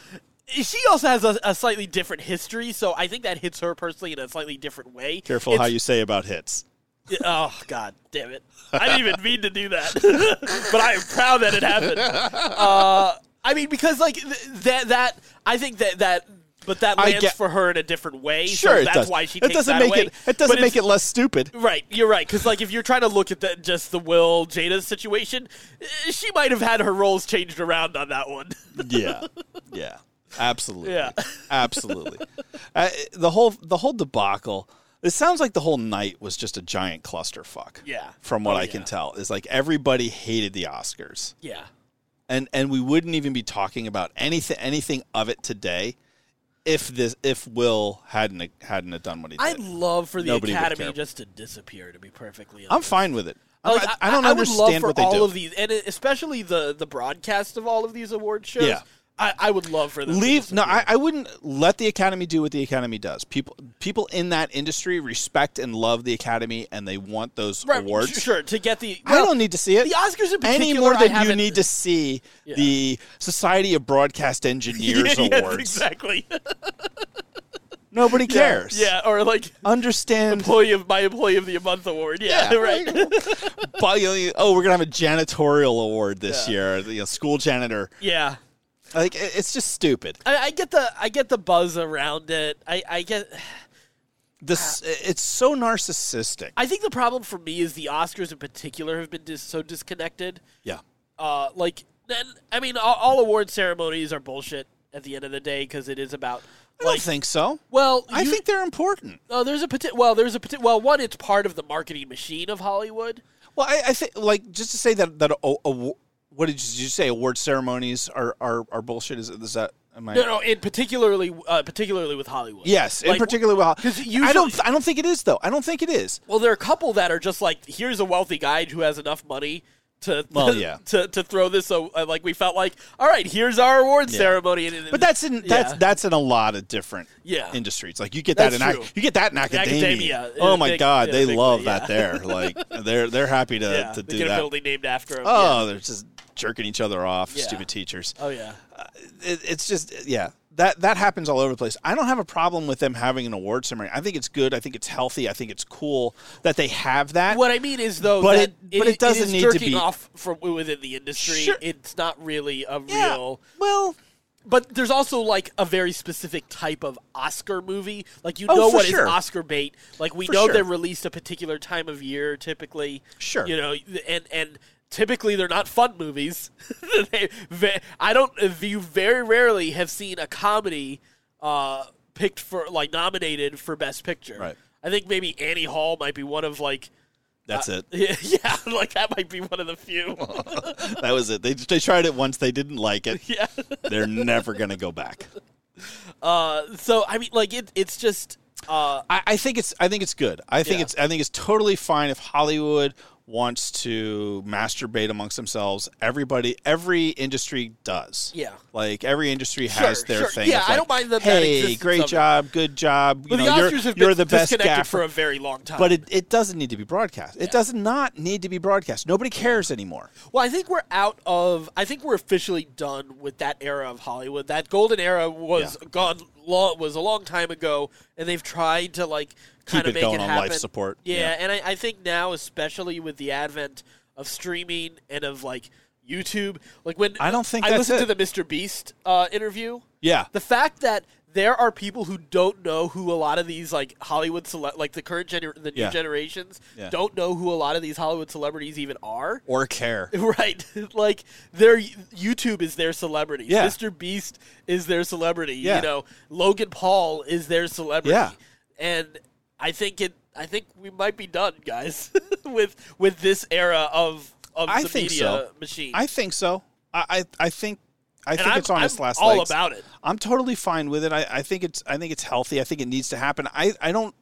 A: she also has a, a slightly different history, so I think that hits her personally in a slightly different way.
B: Careful how you say about hits.
A: you. Oh, God damn it. I didn't even mean to do that. but I am proud that it happened. Uh, I mean, because, like, th- that, that, I think that, that, but that
B: I
A: lands
B: get-
A: for her in a different way.
B: Sure,
A: so
B: it
A: that's
B: does.
A: why she
B: it
A: takes that
B: doesn't make
A: away.
B: it it doesn't
A: But
B: make
A: it's-
B: it less stupid.
A: Right, you're right. Because like, if you're trying to look at that, just the Will Jada situation, eh, she might have had her roles changed around on that one.
B: yeah yeah absolutely
A: Yeah.
B: absolutely uh, the whole the whole debacle it sounds like the whole night was just a giant clusterfuck
A: Yeah.
B: from what
A: Oh,
B: i
A: yeah.
B: can tell is like everybody hated the oscars
A: yeah,
B: and and we wouldn't even be talking about anything anything of it today if this if will hadn't hadn't done what he did
A: I'd love for the
B: Nobody would
A: Academy
B: care.
A: just to disappear. To be perfectly honest,
B: i'm fine with it I'm-
A: Like,
B: I, I don't
A: I would
B: understand
A: love for
B: what they
A: all
B: do
A: of these, and especially the the broadcast of all of these award shows.
B: Yeah.
A: I, I would love for them. to
B: leave
A: just-
B: no I, I wouldn't let the academy do what the academy does people people in that industry respect and love the academy and they want those
A: Right,
B: awards
A: Sure, to get the
B: i don't need to see it
A: the Oscars in particular.
B: any more
A: I
B: than you
A: haven't-
B: need to see
A: Yeah.
B: the society of broadcast engineers
A: Yeah, yes,
B: awards
A: exactly.
B: nobody cares
A: Yeah, or like
B: understand
A: employee of my employee of the month award. Yeah,
B: Yeah,
A: right.
B: but, you know, oh we're gonna have a janitorial award this
A: Yeah.
B: year you know, school janitor
A: yeah.
B: like it- it's just stupid
A: I, I get the I get the buzz around it. I, I get
B: this it's so narcissistic
A: I think the problem for me is the Oscars in particular have been dis- so disconnected.
B: yeah
A: Uh, like then I mean all, all award ceremonies are bullshit at the end of the day because it is about
B: i
A: like
B: don't think so
A: well
B: i
A: you-
B: think they're important
A: oh, there's a pati- well there's a pati- well one it's part of the marketing machine of Hollywood.
B: Well, I, I think like just to say that that a, a, what did you, did you say award ceremonies are are, are bullshit? Is, is that am I?
A: No, no, in particularly uh, particularly with Hollywood.
B: Yes, in
A: Like,
B: particular. Well,
A: 'cause
B: I
A: usually-
B: don't I don't think it is though. I don't think it is.
A: Well, there are a couple that are just like, here's a wealthy guy who has enough money to
B: Well, yeah.
A: to, to throw this. So uh, like we felt like, all right, here's our award ceremony. And, and-
B: But that's in that's
A: yeah.
B: that's in a lot of different
A: Yeah.
B: industries. Like you get
A: That's
B: that in ac-
A: true.
B: you get that in academia.
A: academia, in
B: oh
A: a
B: my
A: big-
B: god,
A: in a
B: they
A: big
B: love
A: way,
B: that there. Like they're they're happy to,
A: yeah,
B: to
A: they
B: do
A: get
B: that.
A: a building named after him. yeah.
B: oh, they're just jerking each other off.
A: Yeah.
B: Stupid teachers.
A: oh yeah,
B: it, it's just yeah that that happens all over the place i don't have a problem with them having an award ceremony i think it's good i think it's healthy i think it's cool that they have that
A: What I mean is though,
B: But
A: that
B: it- but it doesn't
A: is
B: need to
A: jerking
B: be-
A: off from within the industry.
B: Sure.
A: It's not really a
B: yeah
A: real.
B: well
A: But there's also like a very specific type of Oscar movie. Like you
B: Oh,
A: know
B: for
A: what is
B: sure.
A: Oscar bait. Like we
B: For
A: know
B: sure.
A: they're released a particular time of year typically.
B: Sure.
A: You know, and and typically they're not fun movies. they, ve- I don't you very rarely have seen a comedy uh picked for like nominated for best picture.
B: Right.
A: I think maybe Annie Hall might be one of like
B: that's it
A: yeah, yeah, like that might be one of the few.
B: that was it they, they tried it once they didn't like it
A: yeah.
B: they're never gonna go back
A: Uh, so I mean, like it, it's just. Uh,
B: I, I think it's i think it's good i think
A: Yeah.
B: it's i think it's totally fine if hollywood wants to masturbate amongst themselves everybody every industry does
A: Yeah.
B: like every industry has their
A: sure.
B: thing
A: Yeah,
B: of
A: I
B: like,
A: don't mind that that
B: hey
A: existence
B: great
A: of it."
B: job good job
A: but the
B: you know,
A: Oscars
B: you're,
A: have been
B: you're the best
A: disconnected
B: guy
A: for a very long time.
B: But it, it doesn't need to be broadcast. It does not need to be broadcast. Nobody cares anymore.
A: well, I think we're out of. I think we're officially done with that era of Hollywood. That golden era was gone. Long, was a long time ago, and they've tried to like kind
B: it
A: of make
B: going
A: it
B: on
A: happen.
B: life support.
A: Yeah,
B: Yeah.
A: and I, I think now, especially with the advent of streaming and of like YouTube, like when
B: I don't think
A: I
B: that's
A: listened
B: it.
A: to the Mr. Beast uh, interview.
B: Yeah.
A: the fact that there are people who don't know who a lot of these like Hollywood cele- like the current gener- the new
B: Yeah.
A: generations
B: Yeah.
A: don't know who a lot of these Hollywood celebrities even are.
B: or care.
A: Right, like their YouTube is their celebrity.
B: Yeah.
A: Mr. Beast is their celebrity.
B: Yeah.
A: You know, Logan Paul is their celebrity.
B: Yeah.
A: and I think it. I think we might be done, guys, with with this era of of
B: I
A: the
B: think
A: media
B: so.
A: machine.
B: I think so. I, I, I think I
A: and
B: think
A: I'm,
B: it's on its
A: I'm
B: last
A: all
B: legs.
A: about it.
B: I'm totally fine with it. I, I think it's I think it's healthy. I think it needs to happen. I, I don't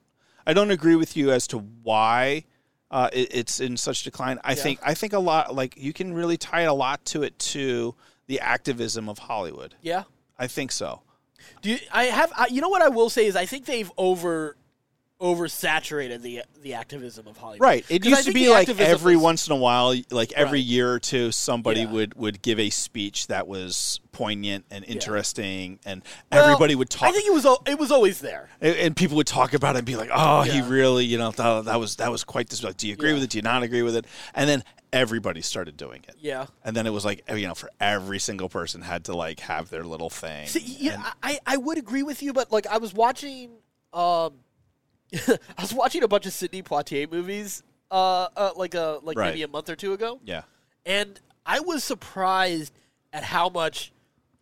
B: I don't agree with you as to why uh, it, it's in such decline. I think I think a lot like you can really tie a lot to it to the activism of Hollywood.
A: Yeah.
B: I think so.
A: Do you, I have I, you know what I will say is I think they've over oversaturated the the activism of Hollywood.
B: Right. It
A: 'Cause I
B: used to
A: think
B: be
A: the
B: like
A: activism
B: every
A: was-
B: once in a while, like every
A: Right.
B: year or two, somebody
A: Yeah.
B: would would give a speech that was poignant and interesting, and
A: Well,
B: everybody would talk.
A: I think it was al- it was always there.
B: and- and people would talk about it and be like, "Oh, he
A: Yeah.
B: really, you know, that, that was that was quite this. Like, do you agree
A: Yeah.
B: with it? Do you not agree with it?" And then everybody started doing it.
A: Yeah.
B: And then it was like, eh, you know, for every single person had to like have their little thing.
A: See, yeah, I, I would agree with you, but like I was watching, um, I was watching a bunch of Sidney Poitier movies, uh, uh like a like
B: Right.
A: maybe a month or two ago,
B: yeah.
A: and I was surprised at how much,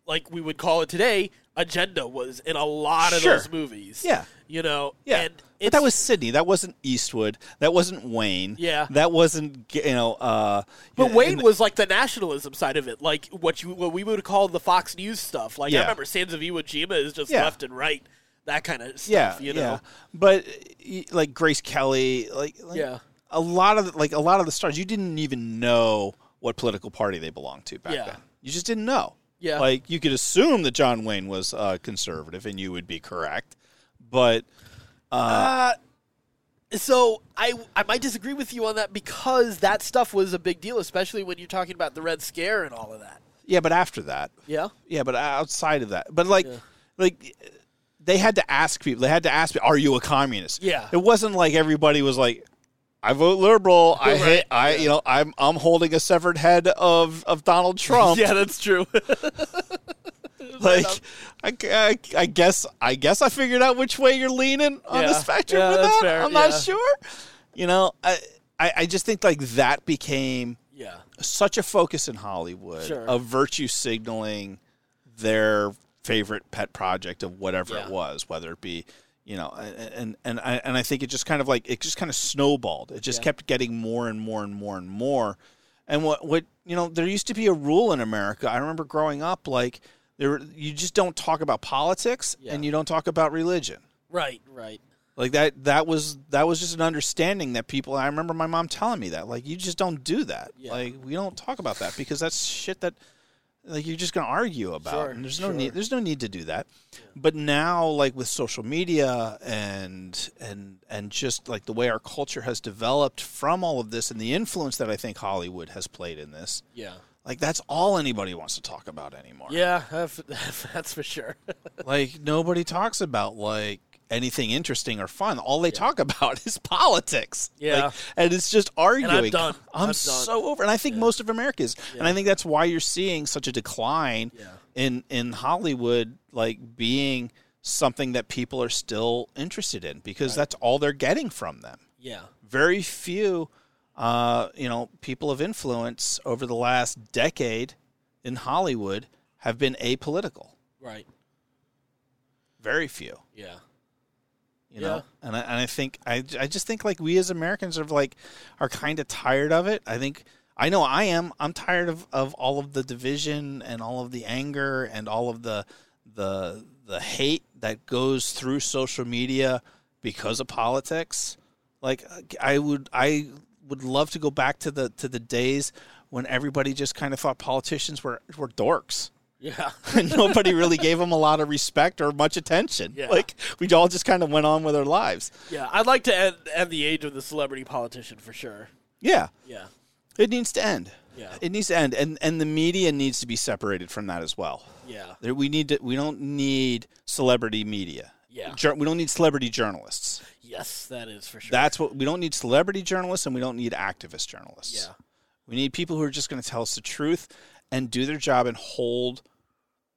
A: like we would call it today, agenda was in a lot of
B: Sure.
A: those movies.
B: Yeah.
A: you know,
B: Yeah,
A: and
B: but
A: it's-
B: that was Sydney. That wasn't Eastwood. That wasn't Wayne.
A: Yeah.
B: that wasn't you know. Uh,
A: But
B: yeah,
A: Wayne
B: and-
A: was like the nationalism side of it, like what you what we would call the Fox News stuff. Like I
B: Yeah.
A: remember Sands of Iwo Jima is just
B: Yeah.
A: left and right, that kind of
B: yeah,
A: stuff. you know,
B: yeah. But y- like Grace Kelly, like, like
A: Yeah.
B: a lot of the, like a lot of the stars, you didn't even know what political party they belonged to back
A: Yeah.
B: then. You just didn't know.
A: Yeah.
B: Like you could assume that John Wayne was uh, conservative, and you would be correct. But
A: Uh, so I I might disagree with you on that because that stuff was a big deal, especially when you're talking about the Red Scare and all of that.
B: yeah, but after that,
A: Yeah.
B: yeah, but outside of that, but like, like they had to ask people. They had to ask, "Are you a communist?"
A: Yeah.
B: It wasn't like everybody was like, "I vote liberal." I
A: Right,
B: hate. I you know I'm I'm holding a severed head of of Donald Trump.
A: that's true.
B: like I, I, I guess I guess I figured out which way you're leaning on the
A: Yeah.
B: spectrum
A: Yeah,
B: with
A: that's
B: that.
A: fair,
B: I'm
A: yeah.
B: not sure. You know, I, I I just think like that became
A: yeah.
B: such a focus in Hollywood
A: Sure.
B: of virtue signaling their favorite pet project of whatever
A: Yeah.
B: it was, whether it be you know, and and and I, and I think it just kind of like it just kind of snowballed. It just
A: Yeah.
B: kept getting more and more and more and more. And what what you know, there used to be a rule in America. I remember growing up, like there were- you just don't talk about politics
A: Yeah.
B: and you don't talk about religion.
A: Right. Right.
B: Like that that was that was just an understanding that people I remember my mom telling me that. Like you just don't do that.
A: Yeah.
B: Like we don't talk about that because that's shit that like you're just gonna argue about.
A: Sure,
B: and there's no
A: sure.
B: need there's no need to do that. But now like with social media and and and just like the way our culture has developed from all of this and the influence that I think Hollywood has played in this,
A: Yeah.
B: like that's all anybody wants to talk about anymore.
A: Yeah. That's, that's for sure.
B: Like nobody talks about like anything interesting or fun. All they talk about is politics.
A: Yeah.
B: Like, and it's just arguing.
A: done.
B: I'm,
A: I'm done.
B: so over. And I think most of America is. And I think that's why you're seeing such a decline
A: Yeah.
B: in in Hollywood like being something that people are still interested in because that's all they're getting from them
A: yeah.
B: very few uh, you know people of influence over the last decade in Hollywood have been apolitical.
A: Right.
B: Very few,
A: Yeah.
B: you know. And I, and I think I, I just think like we as Americans are like are kind of tired of it. I think I know I am. I'm tired of, of all of the division and all of the anger and all of the the the hate that goes through social media because of politics. like I would I would love to go back to the to the days when everybody just kind of thought politicians were were dorks
A: Yeah.
B: and nobody really gave them a lot of respect or much attention.
A: Yeah.
B: Like we all just kind of went on with our lives.
A: Yeah. I'd like to end, end the age of the celebrity politician for sure.
B: Yeah.
A: Yeah.
B: It needs to end.
A: Yeah.
B: It needs to end and and the media needs to be separated from that as well.
A: Yeah.
B: There- We need to, we don't need celebrity media.
A: Yeah.
B: Jour- we don't need celebrity journalists.
A: Yes, that is for sure.
B: That's what we don't need celebrity journalists and we don't need activist journalists.
A: Yeah.
B: We need people who are just going to tell us the truth and do their job and hold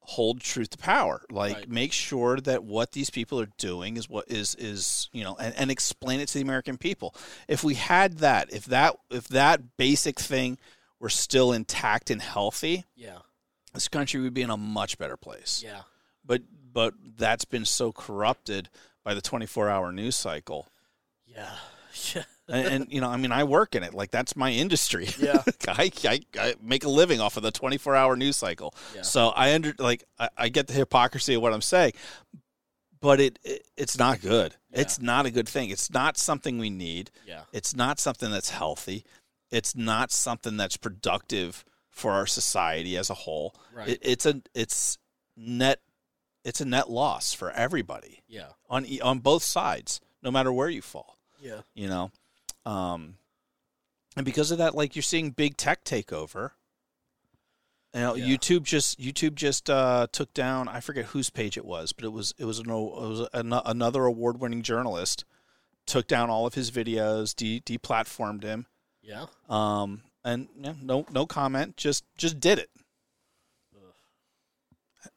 B: hold truth to power. Like
A: Right.
B: make sure that what these people are doing is what is is, you know, and, and explain it to the American people. If we had that, if that if that basic thing were still intact and healthy,
A: yeah.
B: this country would be in a much better place.
A: Yeah.
B: But but that's been so corrupted by the 24-hour news cycle
A: Yeah. Yeah.
B: and, and, you know, I mean, I work in it. Like that's my industry.
A: Yeah.
B: I, I, I make a living off of the 24 hour news cycle.
A: Yeah.
B: So I under like I, I get the hypocrisy of what I'm saying, but it, it it's not good.
A: Yeah.
B: It's not a good thing. It's not something we need.
A: Yeah.
B: It's not something that's healthy. It's not something that's productive for our society as a whole.
A: Right.
B: It, it's a it's net it's a net loss for everybody
A: Yeah.
B: on e- on both sides, no matter where you fall
A: Yeah.
B: you know um and because of that like you're seeing big tech take over you know
A: Yeah.
B: youtube just youtube just uh took down i forget whose page it was but it was it was an o- it was an, another award-winning journalist took down all of his videos de- deplatformed him
A: Yeah.
B: um and yeah, no no comment just just did it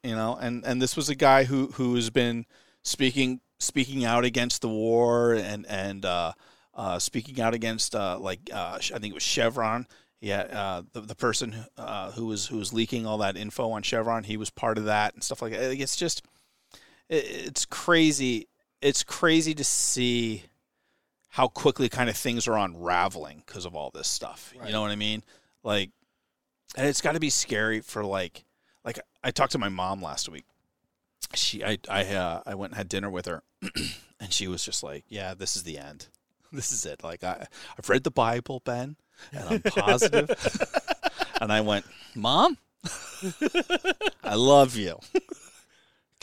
B: you know and and this was a guy who who has been speaking speaking out against the war and and uh uh speaking out against uh like uh i think it was chevron yeah uh the, the person uh who was who was leaking all that info on chevron he was part of that and stuff like that Like, it's just it, it's crazy it's crazy to see how quickly kind of things are unraveling because of all this stuff.
A: Right.
B: You know what I mean? Like, and it's got to be scary for like, like I talked to my mom last week. She, I, I, uh, I went and had dinner with her, and she was just like, "Yeah, this is the end. This is it. Like, I, I've read the Bible, Ben, and I'm positive." and I went, "Mom." I love you.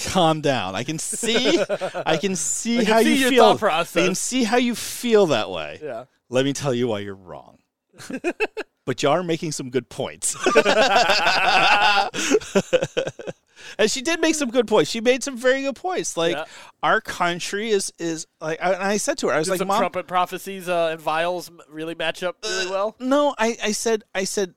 B: Calm down. I can see. I can see
A: I can
B: how
A: see
B: you
A: your
B: feel.
A: thought process.
B: I can see how you feel that way.
A: Yeah.
B: Let me tell you why you're wrong. but you are making some good points. and she did make some good points. She made some very good points. Like
A: Yeah.
B: our country is is like. I- And I said to her, I was
A: Did
B: like,
A: some
B: "Mom,
A: trumpet prophecies uh, and vials m- really match up really well.
B: no i i said i said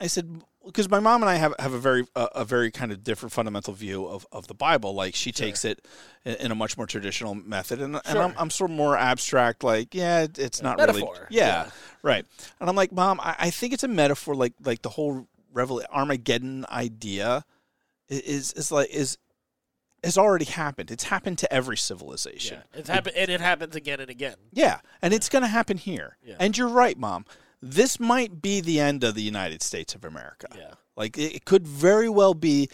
B: i said because my mom and i have have a very uh, a very kind of different fundamental view of of the bible like she takes it in, in a much more traditional method and, and I'm, I'm sort of more abstract like yeah it- it's not really
A: Metaphor.
B: yeah, right and i'm like mom I, I think it's a metaphor like like the whole revel armageddon idea i- is is like is has already happened it's happened to every civilization
A: Yeah. It's happen- and it happens again and again.
B: yeah, and it's going to happen here.
A: Yeah.
B: And you're right, mom. This might be the end of the United States of America.
A: Yeah.
B: Like it, it could very well be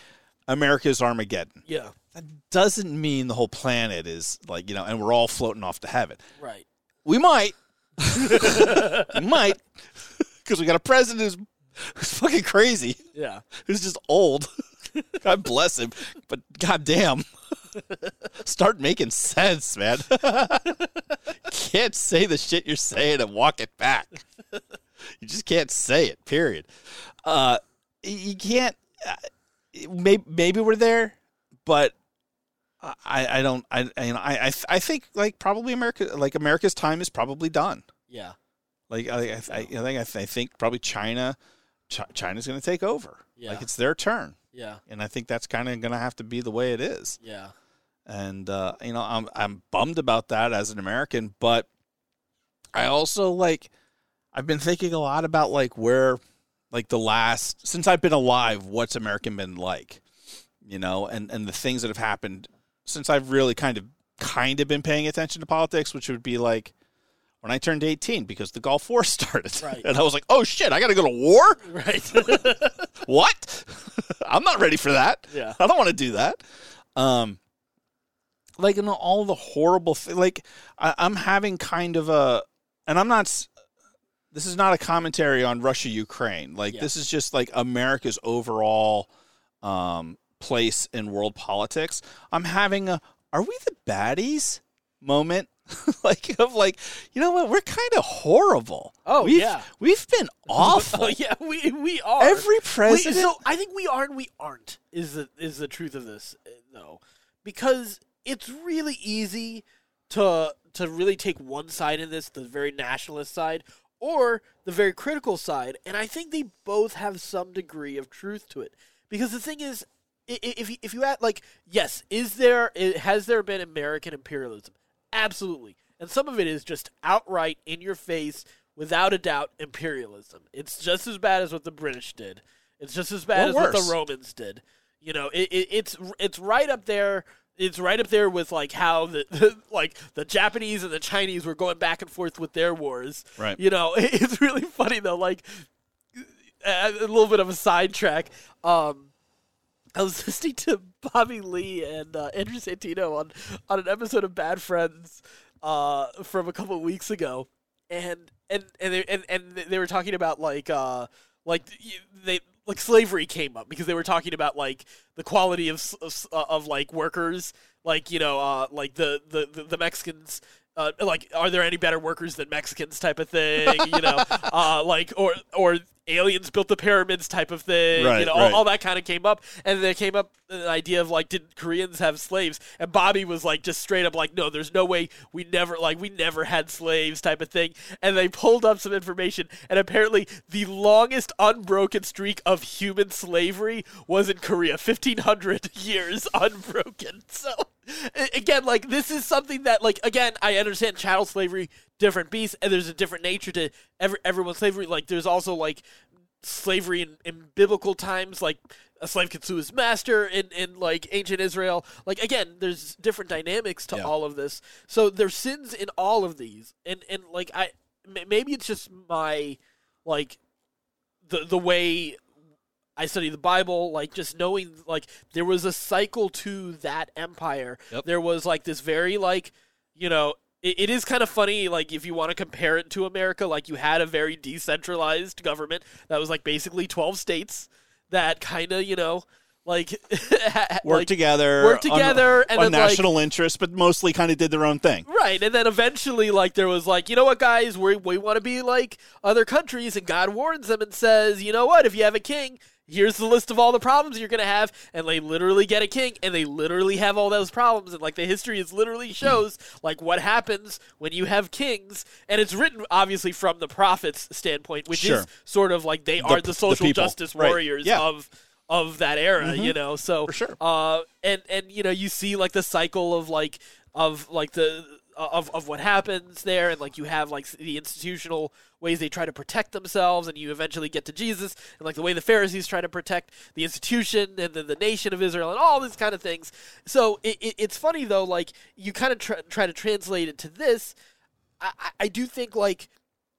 B: America's Armageddon.
A: Yeah.
B: That doesn't mean the whole planet is like, you know, and we're all floating off to heaven.
A: Right.
B: We might. we might cuz we got a president who's, who's fucking crazy,
A: Yeah.
B: who's just old. God bless him, but goddamn. Start making sense, man. can't say the shit you're saying and walk it back. you just can't say it. Period. Uh, y- you can't. Uh, maybe, maybe we're there, but I- I, I don't. I, I, you know, I, I, th- I think like probably America, like America's time is probably done.
A: Yeah.
B: Like I, I, I, I think, I, th- I think probably China, Chi China's going to take over.
A: Yeah.
B: Like it's their turn,
A: Yeah.
B: and I think that's kind of going to have to be the way it is
A: Yeah.
B: and uh, you know I'm I'm bummed about that as an American, but I also like I've been thinking a lot about like where like the last since I've been alive, what's American been like, you know, and and the things that have happened since I've really kind of kind of been paying attention to politics, which would be like when I turned 18 because the Gulf War started,
A: Right.
B: and I was like, oh shit, I got to go to war
A: Right.
B: what? I'm not ready for that.
A: Yeah.
B: I don't want to do that. Um, like in all the horrible, th- like I- I'm having kind of a, and I'm not. s- This is not a commentary on Russia Ukraine. Like
A: Yeah.
B: this is just like America's overall um, place in world politics. I'm having a, are we the baddies? Moment, like of like, you know what? We're kind of horrible.
A: Oh,
B: we've,
A: yeah.
B: we've been awful.
A: oh yeah, we we are.
B: Every
A: Wait,
B: president.
A: so I think we are and we aren't is the is the truth of this uh, though, because it's really easy to to really take one side in this, the very nationalist side or the very critical side, and I think they both have some degree of truth to it. Because the thing is, i- i- if you- if you add like yes, is there i- has there been American imperialism? Absolutely, and some of it is just outright in your face. Without a doubt, imperialism. It's just as bad as what the British did. It's just as bad
B: Or
A: as what the
B: worse.
A: Romans did. You know, it, it, it's it's right up there. It's right up there with like how the like the Japanese and the Chinese were going back and forth with their wars.
B: Right.
A: You know, it's really funny though. Like a, a little bit of a sidetrack. Um, I was listening to Bobby Lee and uh, Andrew Santino on on an episode of Bad Friends uh, from a couple weeks ago, and and and they, and, and they were talking about like uh, like y- they like slavery came up because they were talking about like the quality of s- of, s- uh, of like workers, like you know, uh, like the the the, the Mexicans. Uh, like, are there any better workers than Mexicans? Type of thing, you know, uh, like or or aliens built the pyramids type of thing, you
B: Right,
A: know, all-
B: right.
A: all all that kind of came up, and there came up an idea of like, did Koreans have slaves? And Bobby was like, just straight up like, no, there's no way we never like we never had slaves type of thing. And they pulled up some information, and apparently the longest unbroken streak of human slavery was in Korea, fifteen hundred years unbroken. So a- again, like this is something that like again, I understand chattel slavery, different beasts, and there's a different nature to every everyone's slavery. Like there's also like slavery in, in biblical times, like a slave could sue his master in, in like ancient Israel. Like again, there's different dynamics to
B: Yeah.
A: all of this. So there's sins in all of these, and and like I m- maybe it's just my like the the way I study the Bible, like just knowing like there was a cycle to that empire.
B: Yep.
A: There was like this very like you know it, it is kind of funny like if you want to compare it to America, like you had a very decentralized government that was like basically twelve states that kind of you know like
B: work
A: like,
B: together,
A: work together,
B: on,
A: and
B: on
A: then, like-
B: national interest, but mostly kind of did their own thing.
A: Right, and then eventually, like there was like, you know what, guys, we we want to be like other countries, and God warns them and says, you know what, if you have a king, here's the list of all the problems you're gonna have, and they literally get a king, and they literally have all those problems, and like the history is literally shows like what happens when you have kings, and it's written obviously from the prophets' standpoint, which
B: Sure.
A: is sort of like they are
B: p-
A: the
B: the
A: social
B: people,
A: justice
B: right,
A: warriors
B: yeah.
A: of of that era, you know. So
B: Mm-hmm. For sure.
A: uh, and and you know, you see like the cycle of like of like the uh, of of what happens there, and like you have like the institutional ways they try to protect themselves, and you eventually get to Jesus, and like the way the Pharisees try to protect the institution and the, the nation of Israel, and all these kind of things. So it, it, it's funny though, like you kind of try, try to translate it to this. I, I- I do think like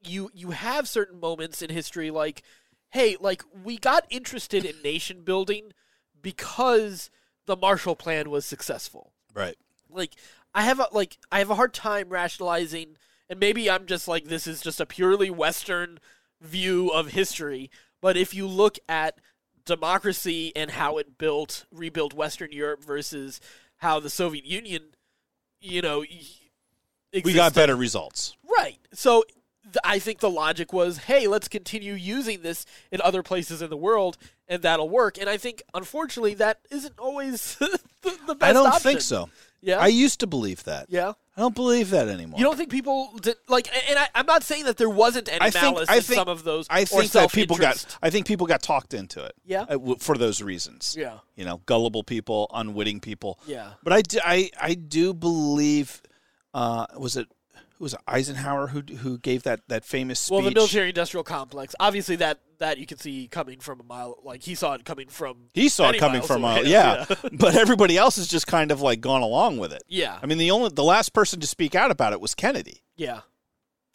A: you you have certain moments in history like hey like we got interested in nation building because the marshall plan was successful
B: Right.
A: like i have a like i have a hard time rationalizing and maybe i'm just like this is just a purely western view of history but if you look at democracy and how it built rebuilt western europe versus how the soviet union you know y-
B: We got
A: existed.
B: better results.
A: Right. So th- I think the logic was, hey, let's continue using this in other places in the world, and that'll work. And I think, unfortunately, that isn't always the, the best.
B: I don't
A: option.
B: think so.
A: Yeah.
B: I used to believe that.
A: yeah.
B: I don't believe that anymore.
A: You don't think people did like? a- And I, I'm not saying that there wasn't any
B: I think-
A: malice
B: I
A: in
B: think-
A: some of those.
B: I
A: or
B: think that people got.
A: self-interest.
B: I think people got talked into it.
A: Yeah.
B: uh, w- for those reasons.
A: Yeah.
B: You know, gullible people, unwitting people.
A: Yeah.
B: But I do. I, I do believe. Uh, was it who was it, Eisenhower who who gave that that famous speech?
A: Well, the military-industrial complex. Obviously, that that you can see coming from a mile. Like he saw it coming from.
B: He saw
A: many
B: it coming
A: miles
B: from
A: away.
B: a yeah, but everybody else has just kind of like gone along with it.
A: Yeah.
B: I mean, the only the last person to speak out about it was Kennedy.
A: Yeah.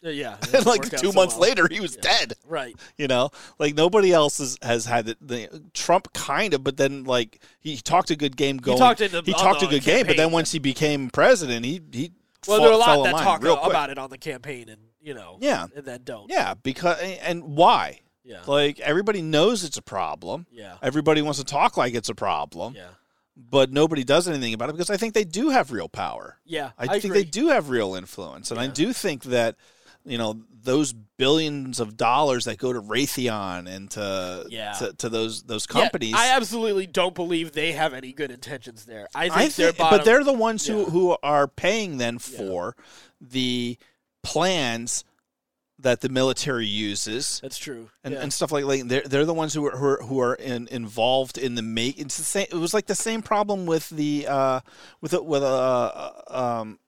A: Yeah. Yeah. It
B: And
A: didn't
B: like
A: work out
B: two
A: so
B: months
A: well.
B: later, he was dead.
A: Right.
B: You know, like nobody else has, has had it. The, Trump kind of, but then like he talked a good game going.
A: talked into-
B: he
A: on
B: talked
A: the
B: a good game, but
A: campaign.
B: then once he became president, he he
A: Well,
B: fall-
A: there are a lot
B: fell in
A: that
B: line
A: talk
B: real
A: a-
B: quick.
A: about it on the campaign, and you know,
B: Yeah.
A: and then don't.
B: Yeah, because and why?
A: yeah,
B: Like everybody knows it's a problem.
A: yeah,
B: Everybody wants to talk like it's a problem,
A: yeah.
B: but nobody does anything about it because I think they do have real power.
A: Yeah,
B: I, think they do have real influence, and I
A: Yeah.
B: do think that you know those billions of dollars that go to Raytheon and to
A: Yeah.
B: to, to those those companies.
A: I absolutely don't believe they have any good intentions there. I think,
B: I
A: their
B: think-
A: bottom,
B: but they're the ones who
A: Yeah.
B: who are paying then for the plans that the military uses.
A: that's true.
B: And,
A: yeah.
B: and stuff like like they're they're the ones who are who are, who are in, involved in the make. It's the same. It was like the same problem with the uh, with a, with uh um,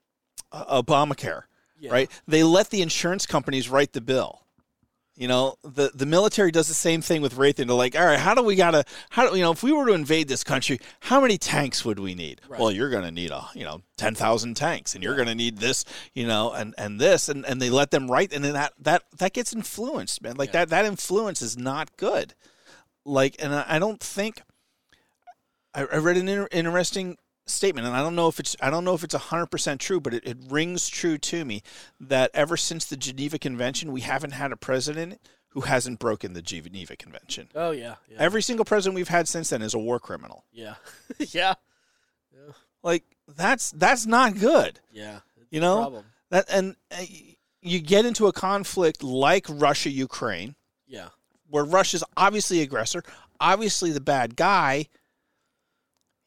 B: Obamacare.
A: yeah.
B: right? They let the insurance companies write the bill. You know, the, the military does the same thing with Raytheon. They're like, all right, how do we gotta how do you know if we were to invade this country, how many tanks would we need?
A: Right.
B: Well, you're gonna need a you know ten thousand tanks, and you're gonna need this, you know, and and this, and, and they let them write, and then that that that gets influenced, man. Like
A: Yeah.
B: that that influence is not good. Like, and I, I don't think I, I read an inter- interesting statement, and I don't know if it's I don't know if it's hundred percent true, but it, it rings true to me that ever since the Geneva Convention, we haven't had a president who hasn't broken the Geneva Convention.
A: Oh yeah, yeah,
B: Every single president we've had since then is a war criminal.
A: yeah, yeah,
B: Like that's that's not good,
A: yeah.
B: you know.
A: Problem.
B: That and uh, you get into a conflict like Russia Ukraine,
A: Yeah,
B: where Russia's obviously aggressor, obviously the bad guy,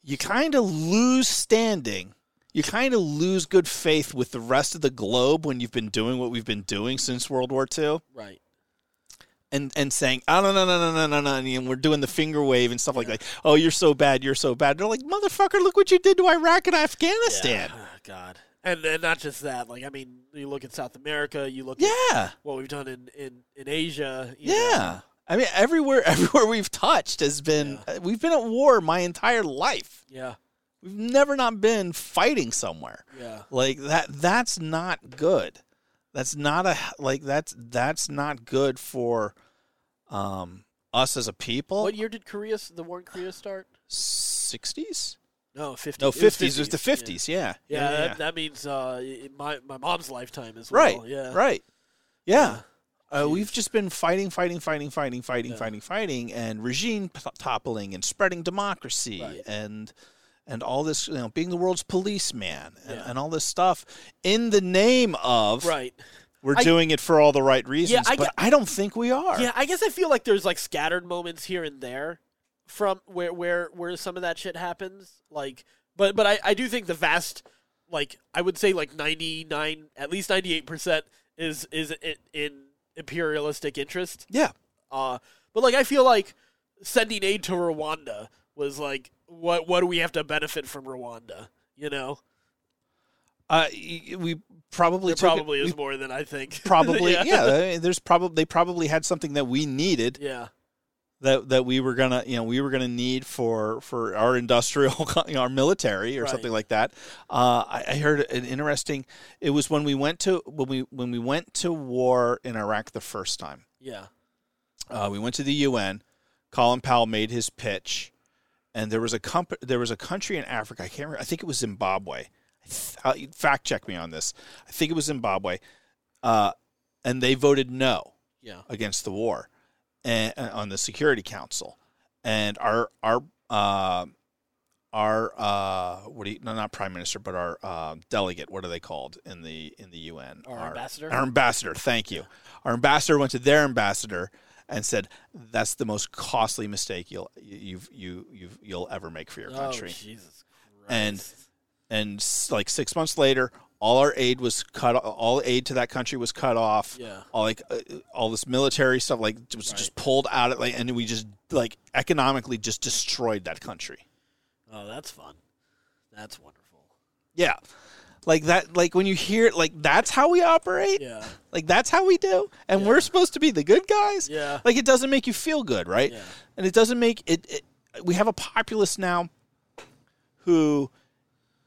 B: you kind of lose standing. You kind of lose good faith with the rest of the globe when you've been doing what we've been doing since World War II
A: right.
B: and, and saying, oh, no, no, no, no, no, no, no. And you know, we're doing the finger wave and stuff like that. Oh, you're so bad. You're so bad. They're like, motherfucker, look what you did to Iraq and Afghanistan.
A: Yeah. Ah, God, and and not just that. Like I mean, you look at South America. You look
B: Yeah.
A: at
B: Yeah.
A: what we've done in in in Asia. you know.
B: I mean, everywhere, everywhere we've touched has been, we've been at war my entire life.
A: yeah,
B: We've never not been fighting somewhere.
A: yeah.
B: Like that that's not good. That's not a like that's that's not good for um us as a people.
A: What year did Korea s- the war in Korea start?
B: 60s?
A: No, fifties.
B: No, 50s. It was, the 50s, yeah.
A: Yeah, that, that means uh, i- my my mom's lifetime as well.
B: Right.
A: Yeah.
B: Right. Yeah.
A: Yeah.
B: Uh, we've just been fighting, fighting, fighting, fighting, fighting, fighting, fighting, and regime p- toppling and spreading democracy and and all this, you know, being the world's policeman and, and all this stuff in the name of
A: Right.
B: we're
A: I-
B: doing it for all the right reasons,
A: I
B: but
A: get-
B: I don't think we are.
A: Yeah, I guess I feel like there's like scattered moments here and there from where where where some of that shit happens. Like, but but I I do think the vast like I would say like ninety nine at least ninety eight percent is is in, in imperialistic interest.
B: Yeah.
A: Uh, but like I feel like sending aid to Rwanda was like what what do we have to benefit from Rwanda? You know,
B: Uh, y- y- we probably
A: there
B: took it-
A: probably
B: we
A: is more than I think.
B: probably yeah.
A: yeah.
B: I- there's probably they probably had something that we needed
A: Yeah.
B: that that we were gonna you know we were gonna need for for our industrial you know, our military or
A: Right.
B: something like that. Uh, I, I heard an interesting. It was when we went to when we when we went to war in Iraq the first time.
A: Yeah.
B: Uh, we went to the UN. Colin Powell made his pitch, and there was a comp- there was a country in Africa. I can't remember. I think it was Zimbabwe. I th- uh, you fact check me on this. I think it was Zimbabwe, uh, and they voted no
A: Yeah.
B: against the war and, uh, on the Security Council. And our our uh, our uh, what do you, no, not prime minister, but our uh, delegate. What are they called in the in the UN?
A: Our ambassador?
B: Our ambassador. Thank you. Our ambassador went to their ambassador and said, "That's the most costly mistake you'll you've you you've you'll ever make for your country."
A: Oh Jesus Christ.
B: And- and s- like six months later all our aid was cut all aid to that country was cut off
A: Yeah.
B: all like uh, all this military stuff like was just pulled out of like and we just like economically just destroyed that country
A: oh, that's fun. That's wonderful.
B: yeah like that like when you hear it like that's how we operate
A: Yeah.
B: like that's how we do and we're supposed to be the good guys
A: Yeah.
B: like it doesn't make you feel good right
A: Yeah.
B: and it doesn't make it, it we have a populace now who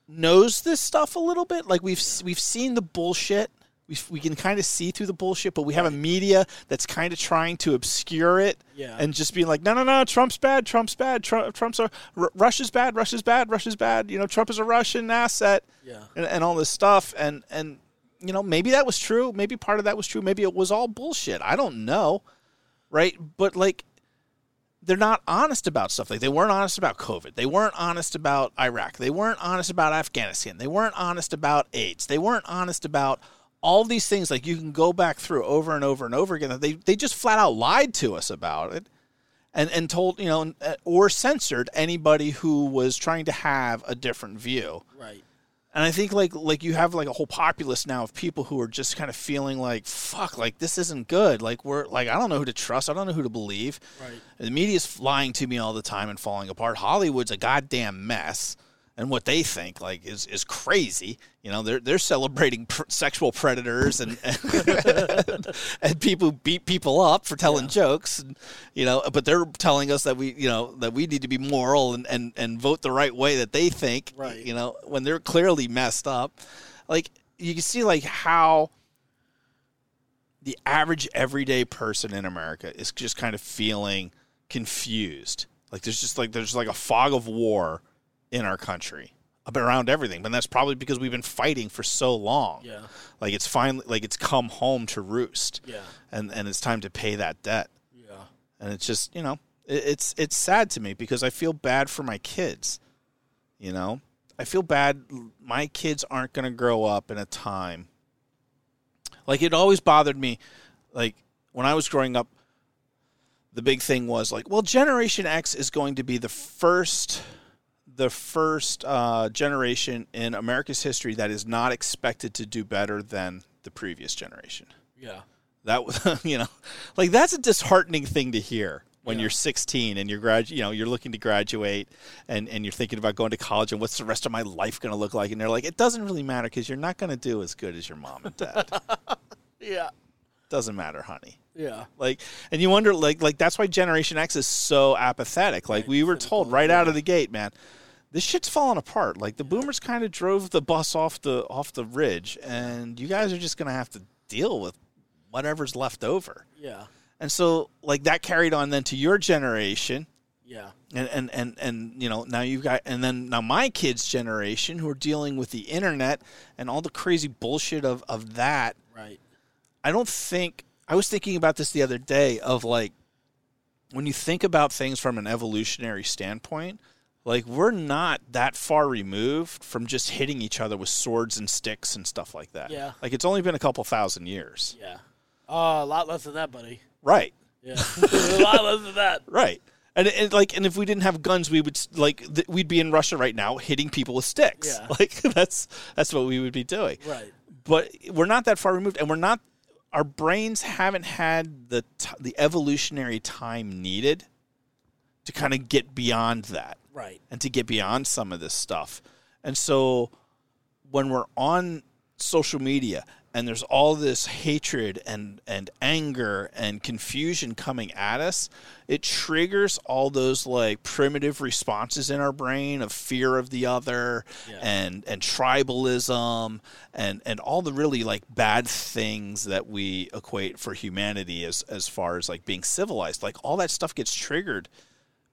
B: knows this stuff a little bit like we've we've seen the bullshit we we can kind of see through the bullshit but we have a media that's kind of trying to obscure it
A: Yeah.
B: and just being like no no no Trump's bad Trump's bad Trump, Trump's a R- Russia's bad Russia's bad Russia's bad you know Trump is a Russian asset
A: Yeah.
B: and, and all this stuff and and you know maybe that was true maybe part of that was true maybe it was all bullshit i don't know right but like they're not honest about stuff like they weren't honest about covid they weren't honest about iraq they weren't honest about afghanistan they weren't honest about aids they weren't honest about all these things like you can go back through over and over and over again that they, they just flat out lied to us about it and and told you know or censored anybody who was trying to have a different view
A: Right.
B: and I think like like you have like a whole populace now of people who are just kind of feeling like fuck like this isn't good like we're like I don't know who to trust I don't know who to believe
A: Right.
B: the media's lying to me all the time and falling apart Hollywood's a goddamn mess and what they think like is is crazy you know they're they're celebrating pr- sexual predators and and, and people who beat people up for telling jokes and, you know but they're telling us that we you know that we need to be moral and and, and vote the right way that they think
A: Right.
B: you know when they're clearly messed up like you can see like how the average everyday person in america is just kind of feeling confused like there's just like there's like a fog of war in our country ab- around everything but that's probably because we've been fighting for so long
A: Yeah.
B: like it's finally like it's come home to roost
A: Yeah.
B: and and it's time to pay that debt
A: Yeah.
B: and it's just you know it, it's it's sad to me because I feel bad for my kids. You know, I feel bad. My kids aren't going to grow up in a time like it always bothered me. Like when I was growing up, the big thing was like, well, Generation X is going to be the first. The first uh, generation in America's history that is not expected to do better than the previous generation.
A: Yeah.
B: That was, you know, like that's a disheartening thing to hear when
A: Yeah.
B: you're 16 and you're grad, you know, you're looking to graduate and and you're thinking about going to college and what's the rest of my life going to look like? And they're like, it doesn't really matter because you're not going to do as good as your mom and dad.
A: Yeah.
B: doesn't matter, honey.
A: Yeah.
B: Like, and you wonder, like, like that's why Generation X is so apathetic. Like we were told right out of the gate, man, this shit's falling apart. Like the boomers kind of drove the bus off the off the ridge, and you guys are just going to have to deal with whatever's left over.
A: Yeah.
B: And so like that carried on then to your generation
A: Yeah.
B: and and and, and you know now you've got and then now my kids generation who are dealing with the internet and all the crazy bullshit of of that.
A: Right.
B: I don't think I was thinking about this the other day of like when you think about things from an evolutionary standpoint, like we're not that far removed from just hitting each other with swords and sticks and stuff like that.
A: Yeah.
B: Like it's only been a couple thousand years.
A: Yeah. Oh, a lot less than that, buddy.
B: Right.
A: Yeah. a lot less than that.
B: Right. And, and like and if we didn't have guns, we would s- like th- we'd be in Russia right now hitting people with sticks.
A: Yeah.
B: Like that's that's what we would be doing.
A: Right.
B: but we're not that far removed and we're not our brains haven't had the t- the evolutionary time needed to kind of get beyond that
A: Right.
B: and to get beyond some of this stuff and so when we're on social media and there's all this hatred and and anger and confusion coming at us it triggers all those like primitive responses in our brain of fear of the other
A: Yeah.
B: and and tribalism and and all the really like bad things that we equate for humanity as as far as like being civilized like all that stuff gets triggered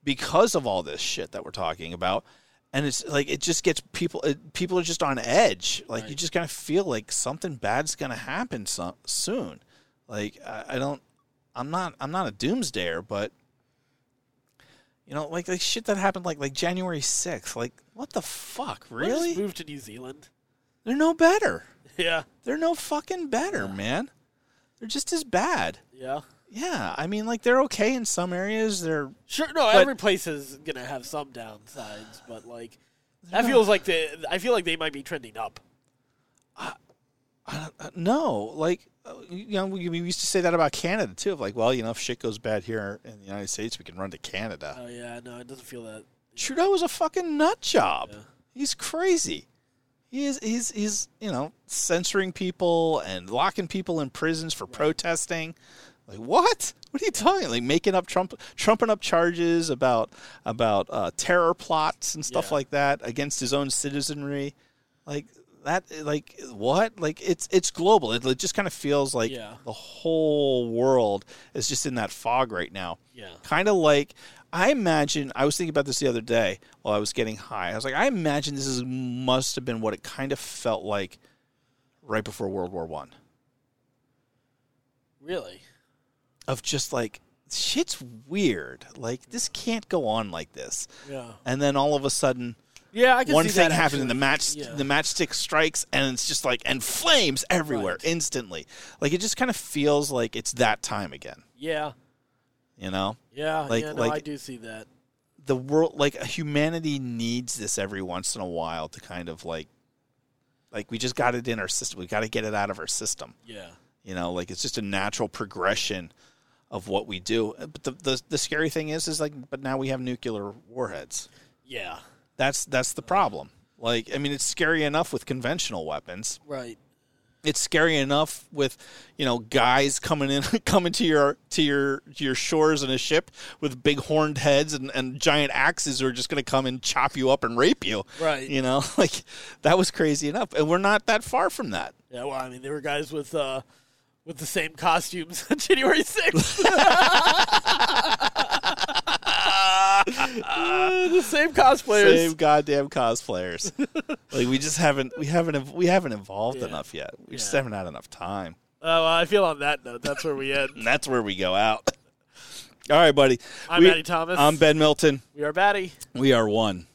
B: because of all this shit that we're talking about and it's like it just gets people it, people are just on edge like you
A: Right.
B: just kind of feel like something bad's going to happen so, soon like I, I don't i'm not i'm not a doomsdayer but you know like like shit that happened like like january 6th like what the fuck
A: We'll just
B: really
A: Move to New Zealand.
B: they're no better
A: Yeah.
B: they're no fucking better man they're just as bad
A: Yeah.
B: yeah i mean like they're okay in some areas they're
A: Sure. No, every place is gonna have some downsides, but like that feels like the. I feel like they might be trending up.
B: Uh, no, like uh, you know, we, we used to say that about Canada too. Of like, well, you know, if shit goes bad here in the United States, we can run to Canada.
A: Oh yeah. No, it doesn't feel that.
B: Trudeau is a fucking nut job.
A: Yeah.
B: He's crazy. He is. He's. He's. You know, censoring people and locking people in prisons for protesting. Like what? What are you talking? Like making up Trump, trumping up charges about about uh, terror plots and stuff
A: Yeah.
B: like that against his own citizenry. Like that. Like what? Like it's it's global. It, it just kind of feels like
A: Yeah.
B: the whole world is just in that fog right now
A: Yeah.
B: kind of like I imagine. I was thinking about this the other day while I was getting high. I was like, I imagine this is must have been what it kind of felt like right before World War One,
A: Really.
B: of just like shit's weird. Like this can't go on like this.
A: Yeah.
B: And then all of a sudden,
A: Yeah. I can
B: one
A: see
B: thing
A: that,
B: happens, and the
A: actually.
B: match
A: Yeah.
B: the matchstick strikes, and it's just like and flames everywhere
A: Right.
B: instantly. Like it just kind of feels like it's that time again.
A: Yeah.
B: You know.
A: Yeah.
B: Like-
A: yeah. No,
B: like-
A: I do see that.
B: the world like humanity needs this every once in a while to kind of like like we just got it in our system we got to get it out of our system
A: Yeah.
B: you know like it's just a natural progression of what we do Uh, but the the, the scary thing is is like but now we have nuclear warheads
A: Yeah.
B: that's that's the problem like i mean it's scary enough with conventional weapons
A: Right.
B: it's scary enough with you know guys coming in coming to your to your to your shores in a ship with big horned heads and, and giant axes who are just going to come and chop you up and rape you
A: Right.
B: you know like that was crazy enough and we're not that far from that
A: Yeah, well, I mean, there were guys with uh, with the same costumes on January 6th. the same cosplayers.
B: same goddamn cosplayers like we just haven't we haven't ev- we haven't evolved
A: Yeah.
B: enough yet we just
A: Yeah.
B: haven't had enough time
A: Oh, well, I feel on that note, that's where we end.
B: and that's where we go out all right buddy
A: I'm
B: We-
A: Matty Thomas.
B: i'm ben milton
A: we are Batty.
B: we are one